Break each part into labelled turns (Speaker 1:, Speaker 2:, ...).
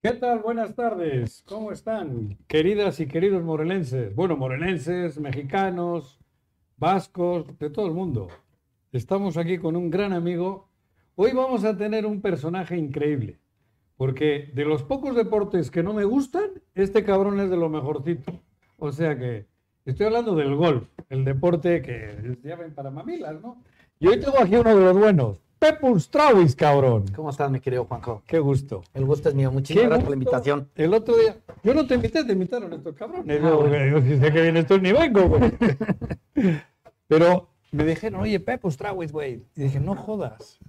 Speaker 1: ¿Qué tal? Buenas tardes. ¿Cómo están, queridas y queridos morelenses? Bueno, morelenses, mexicanos, vascos, de todo el mundo. Estamos aquí con un gran amigo. Hoy vamos a tener un personaje increíble, porque de los pocos deportes que no me gustan, este cabrón es de lo mejorcito. O sea que estoy hablando del golf, el deporte que es llamen para mamilas, ¿no? Y hoy tengo aquí uno de los buenos, Pepus Trawis, cabrón.
Speaker 2: ¿Cómo estás, mi querido Juanjo?
Speaker 1: Qué gusto.
Speaker 2: El gusto es mío. Muchísimas
Speaker 1: Qué
Speaker 2: gracias por la
Speaker 1: gusto.
Speaker 2: invitación.
Speaker 1: El otro día, yo no te invité, te invitaron estos cabrones.
Speaker 2: Ah,
Speaker 1: yo,
Speaker 2: bueno.
Speaker 1: porque yo si sé que vienes tú ni vengo, güey. Pero me dijeron, oye, Pepus Trawis, güey. Y dije, no jodas.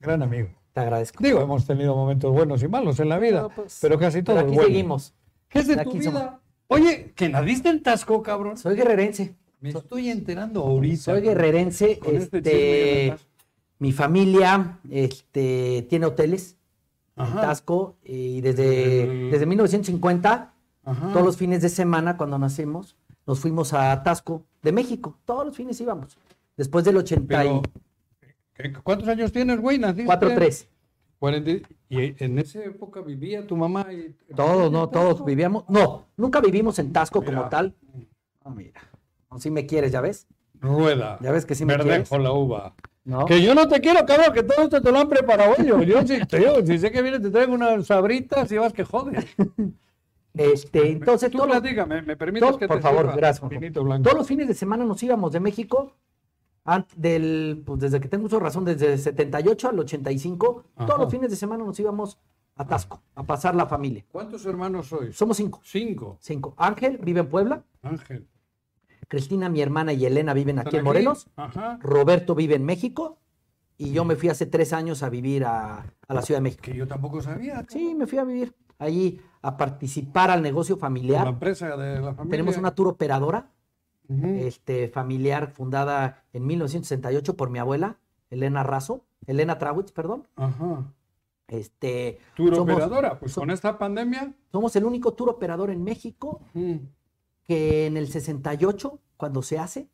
Speaker 1: Gran amigo.
Speaker 2: Te agradezco.
Speaker 1: Digo, hemos tenido momentos buenos y malos en la vida,
Speaker 2: No, pues,
Speaker 1: pero casi
Speaker 2: Pero
Speaker 1: todos
Speaker 2: aquí
Speaker 1: buenos.
Speaker 2: seguimos.
Speaker 1: ¿Qué es de
Speaker 2: Aquí
Speaker 1: tu vida?
Speaker 2: somos.
Speaker 1: Oye, que naciste en Tasco, cabrón.
Speaker 2: Soy guerrerense.
Speaker 1: Me estoy enterando ahorita.
Speaker 2: Soy guerrerense.
Speaker 1: Con este chisme
Speaker 2: este,
Speaker 1: ya me paso.
Speaker 2: mi familia este, tiene hoteles en
Speaker 1: Ajá,
Speaker 2: Tasco y desde,
Speaker 1: El-
Speaker 2: desde 1950,
Speaker 1: ajá.
Speaker 2: todos los fines de semana cuando nacimos, nos fuimos a Tasco de México. Todos los fines íbamos. Después del
Speaker 1: Pero, ¿qué- ¿Cuántos años tienes, güey? Naciste.
Speaker 2: 84-3.
Speaker 1: 40 y en esa época vivía tu mamá y
Speaker 2: Todos, no, todos vivíamos. No, nunca vivimos en Tasco
Speaker 1: Mira.
Speaker 2: como tal. Ah, mira. Si me quieres, ya ves.
Speaker 1: rueda
Speaker 2: Ya ves que sí me
Speaker 1: verde
Speaker 2: quieres.
Speaker 1: con la uva
Speaker 2: ¿No?
Speaker 1: que yo no te quiero cabrón que todo esto te lo han preparado ellos yo sí te digo, si sé que vienes te traigo unas sabritas y vas que jodes
Speaker 2: Este, entonces,
Speaker 1: tú
Speaker 2: todos los,
Speaker 1: platícame me permites
Speaker 2: todo-
Speaker 1: que
Speaker 2: por
Speaker 1: te
Speaker 2: favor,
Speaker 1: sirva
Speaker 2: gracias, Juanjo.
Speaker 1: vinito blanco
Speaker 2: todos los fines de semana nos íbamos de México, an- del, pues desde que tengo uso de razón, desde el 78 al 85, todos
Speaker 1: Ajá.
Speaker 2: los fines de semana nos íbamos a Tasco, a pasar la familia.
Speaker 1: cuántos hermanos sois
Speaker 2: Somos cinco.
Speaker 1: cinco
Speaker 2: Cinco. Ángel vive en Puebla,
Speaker 1: Ángel
Speaker 2: Cristina, mi hermana y Elena viven
Speaker 1: ¿Están
Speaker 2: aquí en Morelos,
Speaker 1: ajá
Speaker 2: Roberto vive en México y yo me fui hace tres años a vivir a, a la Ciudad de México.
Speaker 1: que yo tampoco sabía
Speaker 2: Sí, me fui a vivir allí a participar al negocio
Speaker 1: cabrón. la
Speaker 2: familiar.
Speaker 1: empresa de la familia
Speaker 2: Tenemos una tour operadora
Speaker 1: Ujú.
Speaker 2: este, familiar fundada en 1968 por mi abuela, Elena Razo, Elena Trawitz, perdón.
Speaker 1: ajá
Speaker 2: Este,
Speaker 1: tour
Speaker 2: somos-
Speaker 1: operadora pues
Speaker 2: som-
Speaker 1: con esta pandemia
Speaker 2: somos el único tour operador en México
Speaker 1: ujú.
Speaker 2: que en el 68, cuando se hace,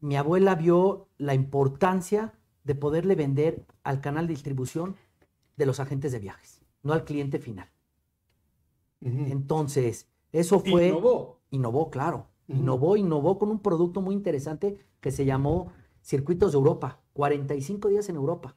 Speaker 2: mi abuela vio la importancia de poderle vender al canal de distribución de los agentes de viajes, no al cliente final.
Speaker 1: Ujú.
Speaker 2: Entonces, eso fue...
Speaker 1: Innovó.
Speaker 2: innovó, claro.
Speaker 1: Ujú.
Speaker 2: Innovó, innovó con un producto muy interesante que se llamó Circuitos de Europa. 45 días en Europa.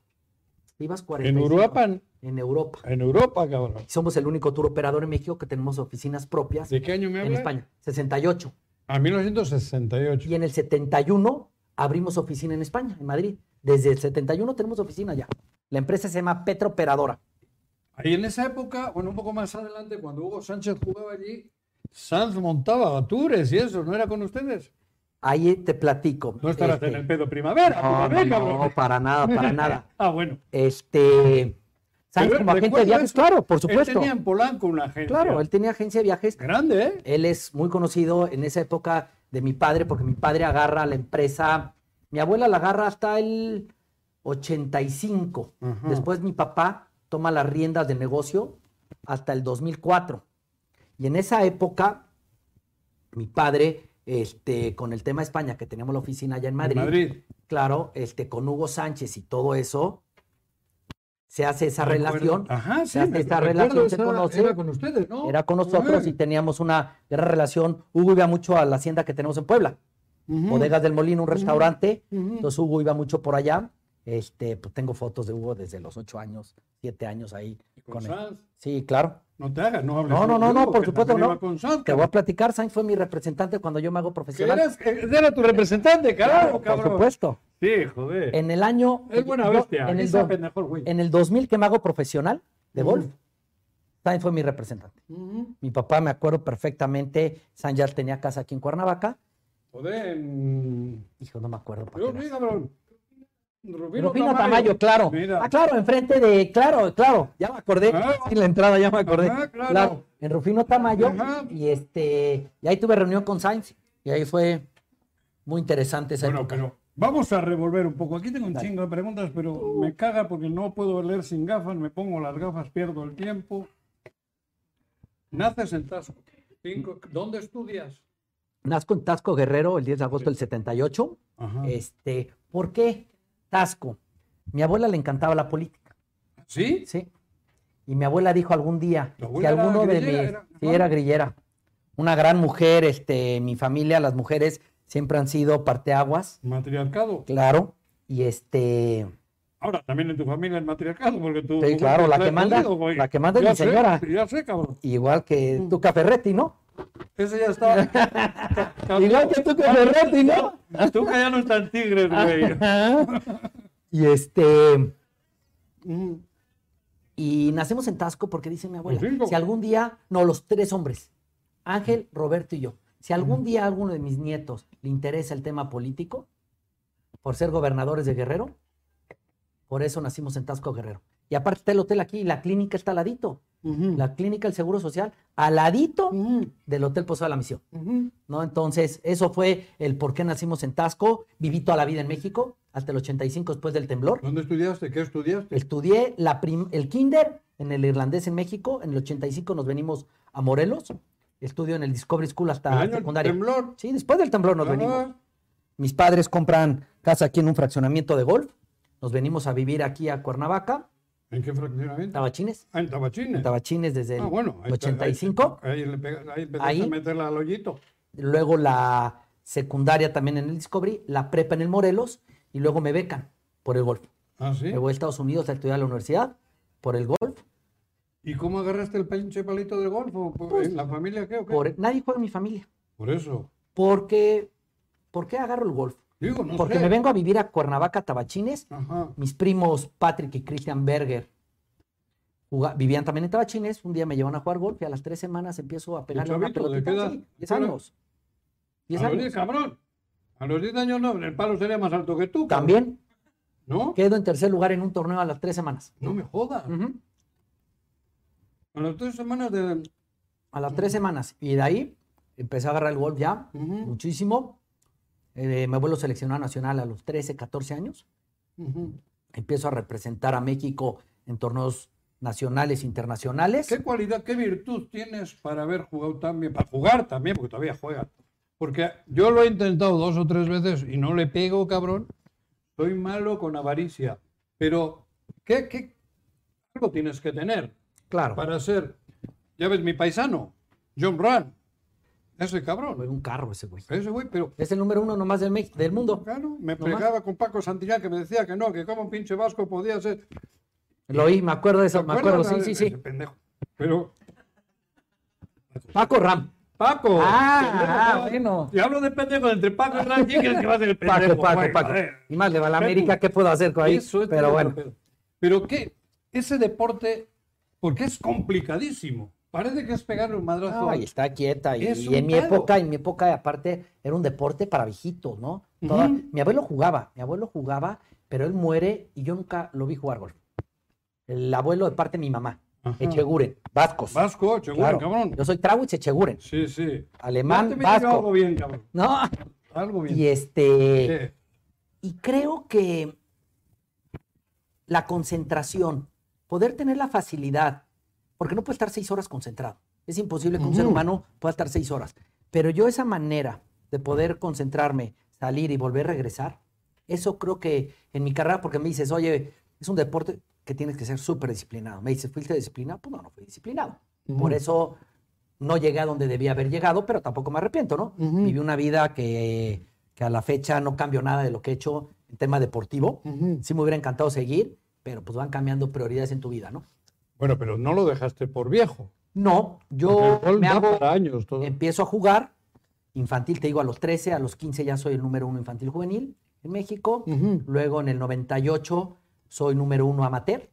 Speaker 2: Ibas 45.
Speaker 1: en Europa
Speaker 2: En Europa.
Speaker 1: en Europa cabrón
Speaker 2: Somos el único tour operador en México que tenemos oficinas propias
Speaker 1: ¿De qué año me
Speaker 2: en
Speaker 1: hablas?
Speaker 2: España. 68.
Speaker 1: A 1968.
Speaker 2: Y en el 71 abrimos oficina en España, en Madrid. Desde el 71 tenemos oficina ya. La empresa se llama Petro Operadora.
Speaker 1: Ahí en esa época, bueno, un poco más adelante, cuando Hugo Sánchez jugaba allí, Sanz montaba tours y eso, ¿no era con ustedes?
Speaker 2: Ahí te platico.
Speaker 1: No estarás Ah,
Speaker 2: Este,
Speaker 1: en el pues, pedo primavera,
Speaker 2: no,
Speaker 1: primavera,
Speaker 2: no, no,
Speaker 1: cabrón.
Speaker 2: para nada, para nada.
Speaker 1: Ah, bueno.
Speaker 2: Este. ¿Sabes?
Speaker 1: Pero
Speaker 2: Como agente de
Speaker 1: recuerdo
Speaker 2: viajes,
Speaker 1: eso.
Speaker 2: claro, por
Speaker 1: Él
Speaker 2: supuesto.
Speaker 1: tenía en Polanco una agencia.
Speaker 2: Claro, él tenía agencia de viajes.
Speaker 1: Grande, ¿eh?
Speaker 2: Él es muy conocido en esa época de mi padre, porque mi padre agarra la empresa. Mi abuela la agarra hasta el 85.
Speaker 1: Ajá.
Speaker 2: Después mi papá toma las riendas del negocio hasta el 2004. Y en esa época, mi padre, este, con el tema España, que teníamos la oficina allá en
Speaker 1: En
Speaker 2: Madrid,
Speaker 1: Madrid.
Speaker 2: claro, este, con Hugo Sánchez y todo eso, se hace esa
Speaker 1: Recuerdo-
Speaker 2: relación.
Speaker 1: Ajá, sí.
Speaker 2: se hace
Speaker 1: me-
Speaker 2: esta
Speaker 1: recuerdo
Speaker 2: relación, se
Speaker 1: esa-
Speaker 2: conoce.
Speaker 1: Era con ustedes, ¿no?
Speaker 2: Era con nosotros y teníamos una gran relación. Hugo iba mucho a la hacienda que tenemos en Puebla,
Speaker 1: Ujú.
Speaker 2: Bodegas del Molino,
Speaker 1: Mm.
Speaker 2: un restaurante.
Speaker 1: Ujú.
Speaker 2: Entonces Hugo iba mucho por allá. Este, pues tengo fotos de Hugo desde los ocho años, siete años ahí
Speaker 1: Y con
Speaker 2: con él.
Speaker 1: Sanz.
Speaker 2: Sí, claro.
Speaker 1: No te hagas, no hables.
Speaker 2: No,
Speaker 1: mal
Speaker 2: no,
Speaker 1: de
Speaker 2: no, no,
Speaker 1: Hugo,
Speaker 2: por
Speaker 1: que
Speaker 2: supuesto
Speaker 1: también
Speaker 2: no.
Speaker 1: iba con Sanz,
Speaker 2: Te voy a
Speaker 1: cabrón.
Speaker 2: platicar, Sainz fue mi representante cuando yo me hago
Speaker 1: Que
Speaker 2: profesional.
Speaker 1: eras, eh, era tu representante, carajo,
Speaker 2: por
Speaker 1: cabrón.
Speaker 2: supuesto.
Speaker 1: Sí, joder.
Speaker 2: En el año
Speaker 1: es buena
Speaker 2: yo-
Speaker 1: bestia.
Speaker 2: en el,
Speaker 1: Esa
Speaker 2: do-
Speaker 1: pendejo, güey.
Speaker 2: en el 2000 que me hago profesional de
Speaker 1: Ujú.
Speaker 2: golf, Sainz fue mi representante.
Speaker 1: Ujú.
Speaker 2: Mi papá, me acuerdo perfectamente, Sainz ya tenía casa aquí en Cuernavaca.
Speaker 1: Joder, en...
Speaker 2: Hijo, no me acuerdo. para
Speaker 1: Yo,
Speaker 2: qué era.
Speaker 1: mira, cabrón. Rufino,
Speaker 2: Rufino Tamayo, claro.
Speaker 1: Mira.
Speaker 2: Ah, claro, enfrente de, claro, claro, ya me acordé.
Speaker 1: Ah.
Speaker 2: Sí, la entrada ya me acordé.
Speaker 1: Ajá, claro.
Speaker 2: claro. en Rufino Tamayo.
Speaker 1: Ajá.
Speaker 2: Y este, y ahí tuve reunión con Sainz. Y ahí fue muy interesante esa
Speaker 1: Bueno,
Speaker 2: época.
Speaker 1: pero vamos a revolver un poco. Aquí tengo un
Speaker 2: Dale.
Speaker 1: chingo de preguntas, pero me caga porque no puedo leer sin gafas. Me pongo las gafas, pierdo el tiempo. Naces en Tasco. Cinco- ¿Dónde estudias?
Speaker 2: Nazco en Tasco Guerrero el 10 de agosto del 78.
Speaker 1: Ajá.
Speaker 2: Este, ¿por qué Tasco? Mi abuela le encantaba la política,
Speaker 1: ¿Sí?
Speaker 2: ¿sí? Y mi abuela dijo algún día
Speaker 1: ¿Tu
Speaker 2: que
Speaker 1: abuela era
Speaker 2: alguno de mis...
Speaker 1: grillera? Era-
Speaker 2: Sí, era grillera. Una gran mujer, este, mi familia, las mujeres siempre han sido parteaguas,
Speaker 1: Matriarcado.
Speaker 2: claro. Y este,
Speaker 1: Ahora, también en tu familia el matriarcado, porque tú.
Speaker 2: Sí,
Speaker 1: tú
Speaker 2: claro,
Speaker 1: ves
Speaker 2: la
Speaker 1: está
Speaker 2: que manda-
Speaker 1: escondido, güey.
Speaker 2: la que manda es
Speaker 1: Ya
Speaker 2: mi
Speaker 1: sé,
Speaker 2: señora.
Speaker 1: Ya sé, cabrón.
Speaker 2: igual que
Speaker 1: Mm.
Speaker 2: tu Ferretti, ¿no?
Speaker 1: Ese ya está. cabrón.
Speaker 2: Igual que Tuca Ferretti, ¿no?
Speaker 1: Tú que ya no están tigres, güey.
Speaker 2: y este,
Speaker 1: Mm.
Speaker 2: y nacemos en Tasco porque dice mi abuela,
Speaker 1: Pues sí, como-
Speaker 2: si algún día, no, los tres hombres, Ángel, Roberto y yo, si algún día a alguno de mis nietos le interesa el tema político, por ser gobernadores de Guerrero, por eso nacimos en Tasco Guerrero. Y aparte está el hotel aquí, y la clínica está al ladito,
Speaker 1: Ujú.
Speaker 2: la clínica, el Seguro Social, al ladito
Speaker 1: Ujú,
Speaker 2: del Hotel Pozo de la Misión.
Speaker 1: ujú.
Speaker 2: ¿no? Entonces, eso fue el por qué nacimos en Tasco. Viví toda la vida en México, hasta el 85 después del temblor.
Speaker 1: ¿Dónde estudiaste? ¿Qué estudiaste?
Speaker 2: Estudié la prim- el kinder en el irlandés en México. En el 85 nos venimos a Morelos. Estudio en el Discovery School
Speaker 1: El
Speaker 2: hasta
Speaker 1: año del
Speaker 2: secundaria.
Speaker 1: temblor.
Speaker 2: Sí, después del temblor nos
Speaker 1: Ah,
Speaker 2: venimos. Mis padres compran casa aquí en un fraccionamiento de golf. Nos venimos a vivir aquí a Cuernavaca,
Speaker 1: ¿En qué fraccionamiento?
Speaker 2: Tabachines.
Speaker 1: Ah, en Tabachines.
Speaker 2: Tabachines desde el
Speaker 1: Ah, bueno. ahí está- ahí-
Speaker 2: 85.
Speaker 1: Ahí, le pega- ahí empezaste
Speaker 2: Ahí.
Speaker 1: a meterla al hoyito.
Speaker 2: luego la secundaria también en el Discovery, la prepa en el Morelos y luego me becan por el golf.
Speaker 1: Ah, sí.
Speaker 2: Me voy a Estados Unidos a estudiar a la universidad por el golf.
Speaker 1: ¿Y cómo agarraste el pinche palito del golfo?
Speaker 2: Pues,
Speaker 1: ¿En la familia qué o qué?
Speaker 2: Por, nadie juega en mi familia.
Speaker 1: Por eso.
Speaker 2: Porque, ¿Por qué agarro el golf?
Speaker 1: Digo, no
Speaker 2: Porque
Speaker 1: sé.
Speaker 2: me vengo a vivir a Cuernavaca, Tabachines.
Speaker 1: Ajá.
Speaker 2: Mis primos Patrick y Christian Berger juga- vivían también en Tabachines. Un día me llevan a jugar golf y a las tres semanas empiezo a pegarle una
Speaker 1: chavito, ¿de
Speaker 2: pelotita.
Speaker 1: qué edad?
Speaker 2: Sí, 10
Speaker 1: Ahora-
Speaker 2: años. 10
Speaker 1: A los
Speaker 2: años.
Speaker 1: 10, cabrón. A los 10 años no, el palo sería más alto que tú. cabrón.
Speaker 2: También
Speaker 1: ¿No?
Speaker 2: quedo en tercer lugar en un torneo a las tres semanas.
Speaker 1: No me jodas.
Speaker 2: Ujú.
Speaker 1: A las 3 semanas de.
Speaker 2: a las tres semanas. Y de ahí empecé a agarrar el golf ya
Speaker 1: Ujú,
Speaker 2: muchísimo. Eh, mi abuelo seleccionado nacional a los 13, 14 años.
Speaker 1: ujú.
Speaker 2: Empiezo a representar a México en torneos nacionales, internacionales.
Speaker 1: ¿Qué cualidad, qué virtud tienes para haber jugado tan bien? Para jugar también, porque todavía juega. Porque yo lo he intentado dos o tres veces y no le pego, cabrón. Soy malo con avaricia. Pero, ¿qué, qué algo tienes que tener
Speaker 2: Claro.
Speaker 1: para ser? Ya ves, mi paisano, John Rand. Ese cabrón.
Speaker 2: Fue un carro ese güey.
Speaker 1: Ese güey, pero
Speaker 2: Es el número uno nomás del, Mex- del mundo.
Speaker 1: Claro, me
Speaker 2: No
Speaker 1: plegaba con Paco Santillán que me decía que no, que como un pinche vasco podía ser.
Speaker 2: Lo oí, me acuerdo de eso,
Speaker 1: ¿Te
Speaker 2: me
Speaker 1: acuerdas?
Speaker 2: acuerdo. Sí, sí,
Speaker 1: Ese
Speaker 2: sí.
Speaker 1: pendejo. Pero,
Speaker 2: Paco Ram.
Speaker 1: Paco. pendejo,
Speaker 2: Ah, bueno.
Speaker 1: Y hablo de pendejo entre Paco y Randy, que es el que va a ser el pendejo.
Speaker 2: Paco, Paco,
Speaker 1: güey,
Speaker 2: Paco.
Speaker 1: joder.
Speaker 2: Y más le va a la
Speaker 1: Pepu.
Speaker 2: América, ¿qué puedo hacer con ahí?
Speaker 1: Eso es
Speaker 2: Pero
Speaker 1: todo,
Speaker 2: bueno,
Speaker 1: Pedro. Pero qué, ese deporte, porque es complicadísimo. Parece que es pegarle un madrazo.
Speaker 2: Ay, está quieta. Y,
Speaker 1: Es
Speaker 2: y
Speaker 1: un
Speaker 2: en mi
Speaker 1: pedo.
Speaker 2: época, en mi época, aparte, era un deporte para viejitos, ¿no? Toda-
Speaker 1: Ujú.
Speaker 2: Mi abuelo jugaba, mi abuelo jugaba, pero él muere y yo nunca lo vi jugar golf. El abuelo de parte de mi mamá,
Speaker 1: Ajá.
Speaker 2: Echeguren, vascos.
Speaker 1: Vasco, chegón,
Speaker 2: Claro.
Speaker 1: cabrón.
Speaker 2: Yo soy Trawitz Echeguren,
Speaker 1: Sí, sí.
Speaker 2: alemán,
Speaker 1: Yo también llevo algo
Speaker 2: vasco.
Speaker 1: bien, cabrón.
Speaker 2: No,
Speaker 1: Algo bien.
Speaker 2: y este,
Speaker 1: Sí.
Speaker 2: y creo que la concentración, poder tener la facilidad, porque no puede estar seis horas concentrado. Es imposible que un ser
Speaker 1: Ujú.
Speaker 2: humano pueda estar seis horas. Pero yo esa manera de poder concentrarme, salir y volver a regresar, eso creo que en mi carrera, porque me dices, oye, es un deporte que tienes que ser súper disciplinado. Me dices, ¿fuiste disciplinado? Pues no, no fui disciplinado. Por
Speaker 1: Ujú.
Speaker 2: eso no llegué a donde debía haber llegado, pero tampoco me arrepiento, ¿no?
Speaker 1: Ujú.
Speaker 2: Viví una vida que, que a la fecha no cambio nada de lo que he hecho en tema deportivo.
Speaker 1: Ujú.
Speaker 2: Sí me hubiera encantado seguir, pero pues van cambiando prioridades en tu vida, ¿no?
Speaker 1: Bueno, pero no lo dejaste por viejo.
Speaker 2: No,
Speaker 1: Porque el
Speaker 2: yo
Speaker 1: gol
Speaker 2: me
Speaker 1: da
Speaker 2: hago,
Speaker 1: para años todo.
Speaker 2: empiezo a jugar infantil, te digo, a los 13, a los 15 ya soy el número uno infantil juvenil en México.
Speaker 1: Ujú.
Speaker 2: Luego en el 98 soy número uno amateur.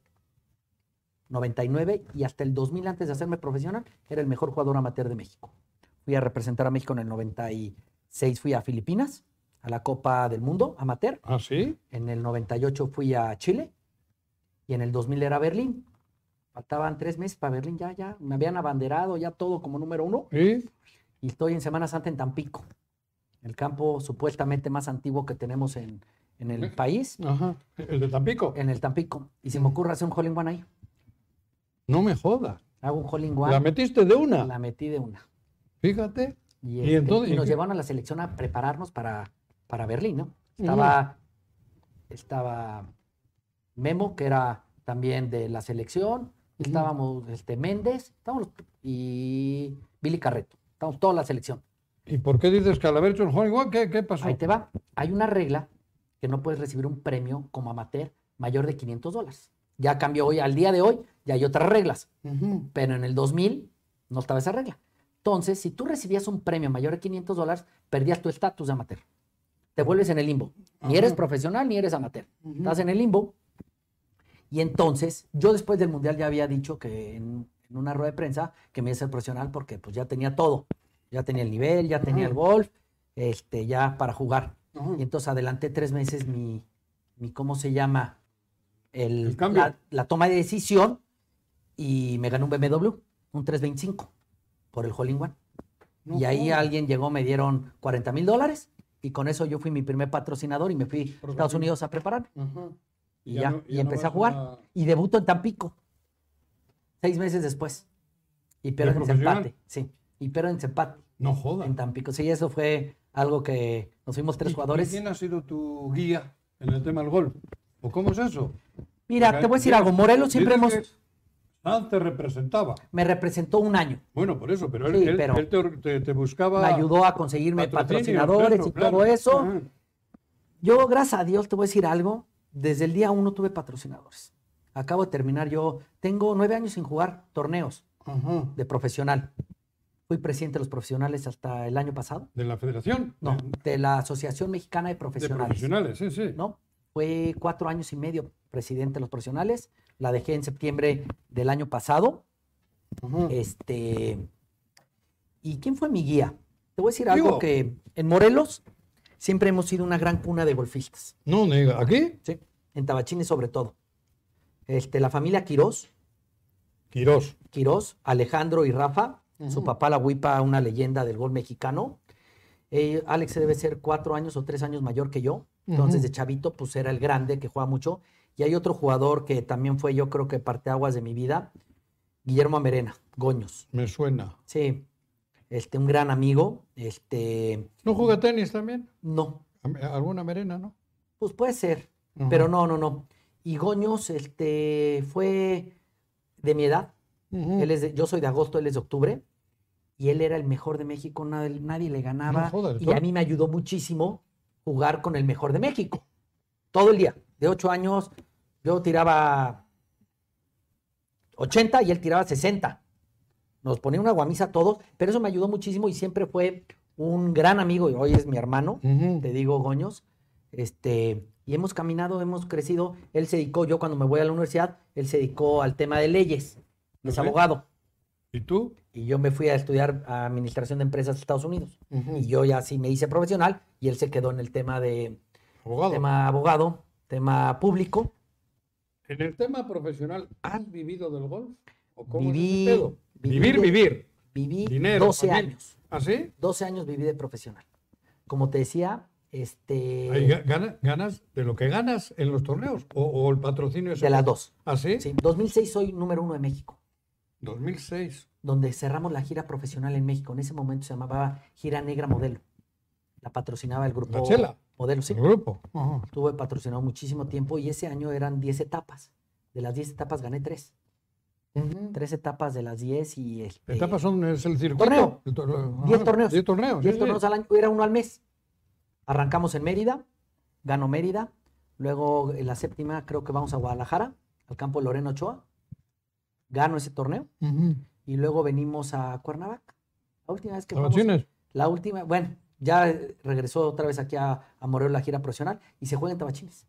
Speaker 2: 99 y hasta el 2000 antes de hacerme profesional era el mejor jugador amateur de México. Fui a representar a México en el 96, fui a Filipinas, a la Copa del Mundo amateur.
Speaker 1: ¿Ah, sí?
Speaker 2: En el 98 fui a Chile y en el 2000 era Berlín. Faltaban tres meses para Berlín, ya, ya, me habían abanderado ya todo como número uno
Speaker 1: ¿Y?
Speaker 2: y estoy en Semana Santa en Tampico, el campo supuestamente más antiguo que tenemos en, en el
Speaker 1: Ujú.
Speaker 2: país,
Speaker 1: Ajá. ¿El de Tampico?
Speaker 2: en el Tampico. Y se me ocurre hacer un hole in one ahí.
Speaker 1: No me jodas.
Speaker 2: Hago un hole in
Speaker 1: La
Speaker 2: one,
Speaker 1: metiste de
Speaker 2: la,
Speaker 1: una.
Speaker 2: metí de una.
Speaker 1: Fíjate.
Speaker 2: Y,
Speaker 1: ¿Y
Speaker 2: este,
Speaker 1: entonces-
Speaker 2: y nos
Speaker 1: y-
Speaker 2: llevaron a la selección a prepararnos para, para Berlín, ¿no? Estaba, estaba Memo, que era también de la selección, Estábamos este, Méndez, estábamos, y Billy Carreto. Estábamos toda la selección.
Speaker 1: ¿Y por qué dices que al haber hecho el Juan igual? ¿Qué, qué pasó?
Speaker 2: Ahí te va. Hay una regla que no puedes recibir un premio como amateur mayor de 500 dólares. Ya cambió hoy, al día de hoy, ya hay otras reglas.
Speaker 1: Ujú.
Speaker 2: Pero en el 2000 no estaba esa regla. Entonces, si tú recibías un premio mayor de 500 dólares, perdías tu estatus de amateur. Te vuelves en el limbo. Ni eres
Speaker 1: Ajá.
Speaker 2: profesional ni eres amateur.
Speaker 1: Ujú.
Speaker 2: Estás en el limbo. Y entonces, yo después del Mundial ya había dicho que en, en una rueda de prensa que me iba a ser profesional porque pues ya tenía todo. Ya tenía el nivel, ya tenía
Speaker 1: Ajá.
Speaker 2: el golf, este, ya para jugar.
Speaker 1: Ujú.
Speaker 2: Y entonces adelanté tres meses mi, mi ¿cómo se llama? El,
Speaker 1: El cambio.
Speaker 2: La, la toma de decisión y me ganó un BMW, un 325 por el Holling One.
Speaker 1: No
Speaker 2: y ahí
Speaker 1: jodas.
Speaker 2: alguien llegó, me dieron 40 mil dólares y con eso yo fui mi primer patrocinador y me fui a
Speaker 1: Profesional.
Speaker 2: Estados Unidos a prepararme.
Speaker 1: Ajá.
Speaker 2: Y
Speaker 1: Ya
Speaker 2: ya,
Speaker 1: no-
Speaker 2: y
Speaker 1: ya no
Speaker 2: empecé a
Speaker 1: vas
Speaker 2: jugar.
Speaker 1: a-
Speaker 2: Y debuto en Tampico, seis meses después. Y pierdo en
Speaker 1: profesional?
Speaker 2: empate, sí. Y pierdo en empate
Speaker 1: No jodas.
Speaker 2: en Tampico. Sí, eso fue algo que nos fuimos
Speaker 1: ¿Y-
Speaker 2: tres
Speaker 1: y
Speaker 2: jugadores.
Speaker 1: ¿Quién ha sido tu guía en el tema del golf? ¿O cómo es eso?
Speaker 2: Mira,
Speaker 1: Porque
Speaker 2: te voy a decir
Speaker 1: dices-
Speaker 2: algo. Morelos siempre hemos...
Speaker 1: dices que Sanz te representaba.
Speaker 2: me representó un año.
Speaker 1: Bueno, por eso, pero él,
Speaker 2: Sí,
Speaker 1: él-
Speaker 2: pero-
Speaker 1: él te, te- te buscaba.
Speaker 2: Me ayudó a conseguirme
Speaker 1: patrocinio,
Speaker 2: patrocinadores
Speaker 1: claro,
Speaker 2: y
Speaker 1: claro.
Speaker 2: todo eso.
Speaker 1: Ajá.
Speaker 2: Yo, gracias a Dios, te voy a decir algo. Desde el día uno tuve patrocinadores. Acabo de terminar. Yo tengo nueve años sin jugar torneos
Speaker 1: Ajá.
Speaker 2: de profesional. Fui presidente de los profesionales hasta el año pasado.
Speaker 1: ¿De la federación?
Speaker 2: No,
Speaker 1: De,
Speaker 2: de la Asociación Mexicana de
Speaker 1: de
Speaker 2: Profesionales.
Speaker 1: profesionales, sí, sí.
Speaker 2: ¿no? Fue cuatro años y medio presidente de los profesionales. La dejé en septiembre del año pasado.
Speaker 1: Ajá.
Speaker 2: Este. ¿Y quién fue mi guía? Te voy a decir algo
Speaker 1: Digo.
Speaker 2: que en Morelos siempre hemos sido una gran cuna de golfistas,
Speaker 1: No, nega. ¿Aquí?
Speaker 2: ¿sí? En Tabachines sobre todo. Este, la familia Quirós,
Speaker 1: Quirós.
Speaker 2: Quirós, Alejandro y Rafa, su
Speaker 1: Ujú.
Speaker 2: papá la Huipa, una leyenda del gol mexicano. Eh, Alex debe ser cuatro años o tres años mayor que yo. Entonces,
Speaker 1: Ujú.
Speaker 2: de chavito, pues era el grande que juega mucho. Y hay otro jugador que también fue, yo creo que parteaguas de mi vida, Guillermo Amerena, Goños.
Speaker 1: Me suena.
Speaker 2: Sí, este, un gran amigo. Este,
Speaker 1: ¿No juega tenis también?
Speaker 2: no,
Speaker 1: Am- eh, ¿Alguna merena, no?
Speaker 2: pues puede ser,
Speaker 1: Ajá.
Speaker 2: pero no, no, no. Y Goños, este, fue de mi edad.
Speaker 1: Ujú.
Speaker 2: Él es de- yo soy de agosto, él es de octubre. Y él era el mejor de México, nadie, nadie le ganaba.
Speaker 1: jodas,
Speaker 2: y
Speaker 1: ¿tú?
Speaker 2: a mí me ayudó muchísimo jugar con el mejor de México. Todo el día. De ocho años, yo tiraba 80 y él tiraba 60. Nos ponía una guamisa a todos, pero eso me ayudó muchísimo y siempre fue un gran amigo. Y hoy es mi hermano,
Speaker 1: Ujú.
Speaker 2: te digo, Goños. Este, y hemos caminado, hemos crecido. Él se dedicó, yo cuando me voy a la universidad, él se dedicó al tema de leyes. Es
Speaker 1: Ok.
Speaker 2: abogado.
Speaker 1: ¿Y tú?
Speaker 2: Y yo me fui a estudiar a administración de empresas a Estados Unidos.
Speaker 1: Ujú.
Speaker 2: Y yo ya sí me hice profesional y él se quedó en el tema de
Speaker 1: Abogado.
Speaker 2: tema abogado, tema público.
Speaker 1: En el tema profesional, ¿has vivido del golf? ¿O cómo es
Speaker 2: Viví,
Speaker 1: ese pedo?
Speaker 2: viví
Speaker 1: Vivir,
Speaker 2: de-
Speaker 1: vivir.
Speaker 2: Viví
Speaker 1: Dinero,
Speaker 2: 12
Speaker 1: familia.
Speaker 2: años.
Speaker 1: ¿Ah, sí?
Speaker 2: 12 años viví de profesional. Como te decía, este
Speaker 1: Ahí ga- gana- ¿Ganas de lo que ganas en los torneos? ¿O, o el patrocinio es
Speaker 2: de las dos.
Speaker 1: ¿Ah, sí?
Speaker 2: Sí, 2006 soy número uno de México,
Speaker 1: 2006.
Speaker 2: donde cerramos la gira profesional en México. En ese momento se llamaba Gira Negra Modelo. La patrocinaba el grupo
Speaker 1: Chela.
Speaker 2: Modelo, sí.
Speaker 1: El grupo. Ajá.
Speaker 2: Estuve patrocinado muchísimo tiempo y ese año eran 10 etapas. De las 10 etapas gané 3.
Speaker 1: Ujú.
Speaker 2: 3 etapas de las 10 y este,
Speaker 1: Etapas son es el circuito.
Speaker 2: torneo.
Speaker 1: El torneo.
Speaker 2: Diez
Speaker 1: Ajá.
Speaker 2: torneos.
Speaker 1: Diez torneos.
Speaker 2: diez
Speaker 1: sí, sí.
Speaker 2: torneos al año, era uno al mes. Arrancamos en Mérida, ganó Mérida. Luego en la séptima creo que vamos a Guadalajara, al campo de Loreno Ochoa. Gano ese torneo
Speaker 1: Ujú.
Speaker 2: y luego venimos a Cuernavaca. La última vez que jugamos-
Speaker 1: Tabachines.
Speaker 2: La última, bueno, ya eh, regresó otra vez aquí a, a Morelos la gira profesional y se juega en Tabachines.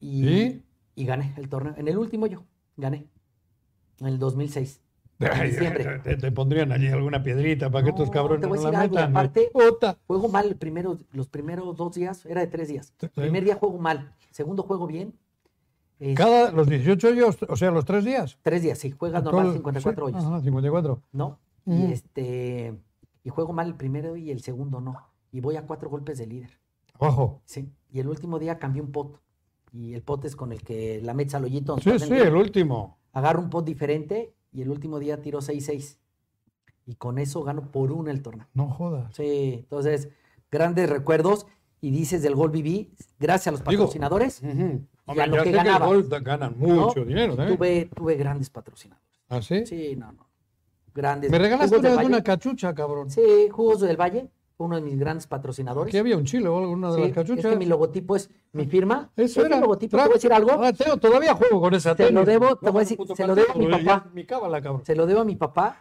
Speaker 2: Y,
Speaker 1: ¿Y?
Speaker 2: y gané el torneo. En el último yo gané. En el 2006. En diciembre.
Speaker 1: Te, te pondrían allí alguna piedrita para que
Speaker 2: No,
Speaker 1: estos cabrones
Speaker 2: te voy a
Speaker 1: no la
Speaker 2: decir algo, y
Speaker 1: metan.
Speaker 2: aparte-
Speaker 1: Puta.
Speaker 2: Juego mal el primero, los primeros dos días, era de tres días.
Speaker 1: Sí.
Speaker 2: Primer día juego mal, segundo juego bien. eh,
Speaker 1: Cada, los 18 hoyos, o sea, los tres días.
Speaker 2: Tres días, sí, juegas
Speaker 1: Todo-
Speaker 2: normal 54
Speaker 1: sí,
Speaker 2: hoyos,
Speaker 1: Ajá, 54.
Speaker 2: ¿no?
Speaker 1: Ujú.
Speaker 2: Y este, y juego mal el primero y el segundo no. Y voy a cuatro golpes de líder.
Speaker 1: Abajo.
Speaker 2: Sí, y el último día cambié un pot. Y el pot es con el que la mecha al hoyito.
Speaker 1: Sí, sí, el último.
Speaker 2: Agarro un pot diferente y el último día tiro 6-6. Y con eso gano por una el torneo.
Speaker 1: No jodas.
Speaker 2: Sí, entonces, grandes recuerdos. Y dices del gol viví, gracias a los
Speaker 1: Digo, ¿eh?
Speaker 2: patrocinadores,
Speaker 1: Ujú. Hombre,
Speaker 2: a lo
Speaker 1: ya
Speaker 2: que
Speaker 1: sé el
Speaker 2: ganaba.
Speaker 1: golf da- ganan mucho
Speaker 2: ¿no?
Speaker 1: dinero también.
Speaker 2: Tuve, tuve grandes patrocinadores.
Speaker 1: ¿Ah, sí?
Speaker 2: Sí, no, no. Grandes.
Speaker 1: Me regalaste
Speaker 2: Jugos
Speaker 1: una,
Speaker 2: del
Speaker 1: de
Speaker 2: Valle.
Speaker 1: una cachucha, cabrón.
Speaker 2: Sí, Jugos del Valle, uno de mis grandes patrocinadores.
Speaker 1: Aquí había un chile o alguna de
Speaker 2: Sí,
Speaker 1: las cachuchas.
Speaker 2: Es que mi logotipo es mi firma.
Speaker 1: Eso
Speaker 2: es
Speaker 1: era.
Speaker 2: mi logotipo.
Speaker 1: Tra-
Speaker 2: Te voy a decir algo.
Speaker 1: Ah, Teo, todavía juego con esa
Speaker 2: Te
Speaker 1: tenis.
Speaker 2: lo debo, te
Speaker 1: No,
Speaker 2: voy a decir,
Speaker 1: puto
Speaker 2: se lo
Speaker 1: pateo,
Speaker 2: debo a mi
Speaker 1: güey,
Speaker 2: papá.
Speaker 1: ya Mi cábala, cabrón.
Speaker 2: Se lo debo a mi papá.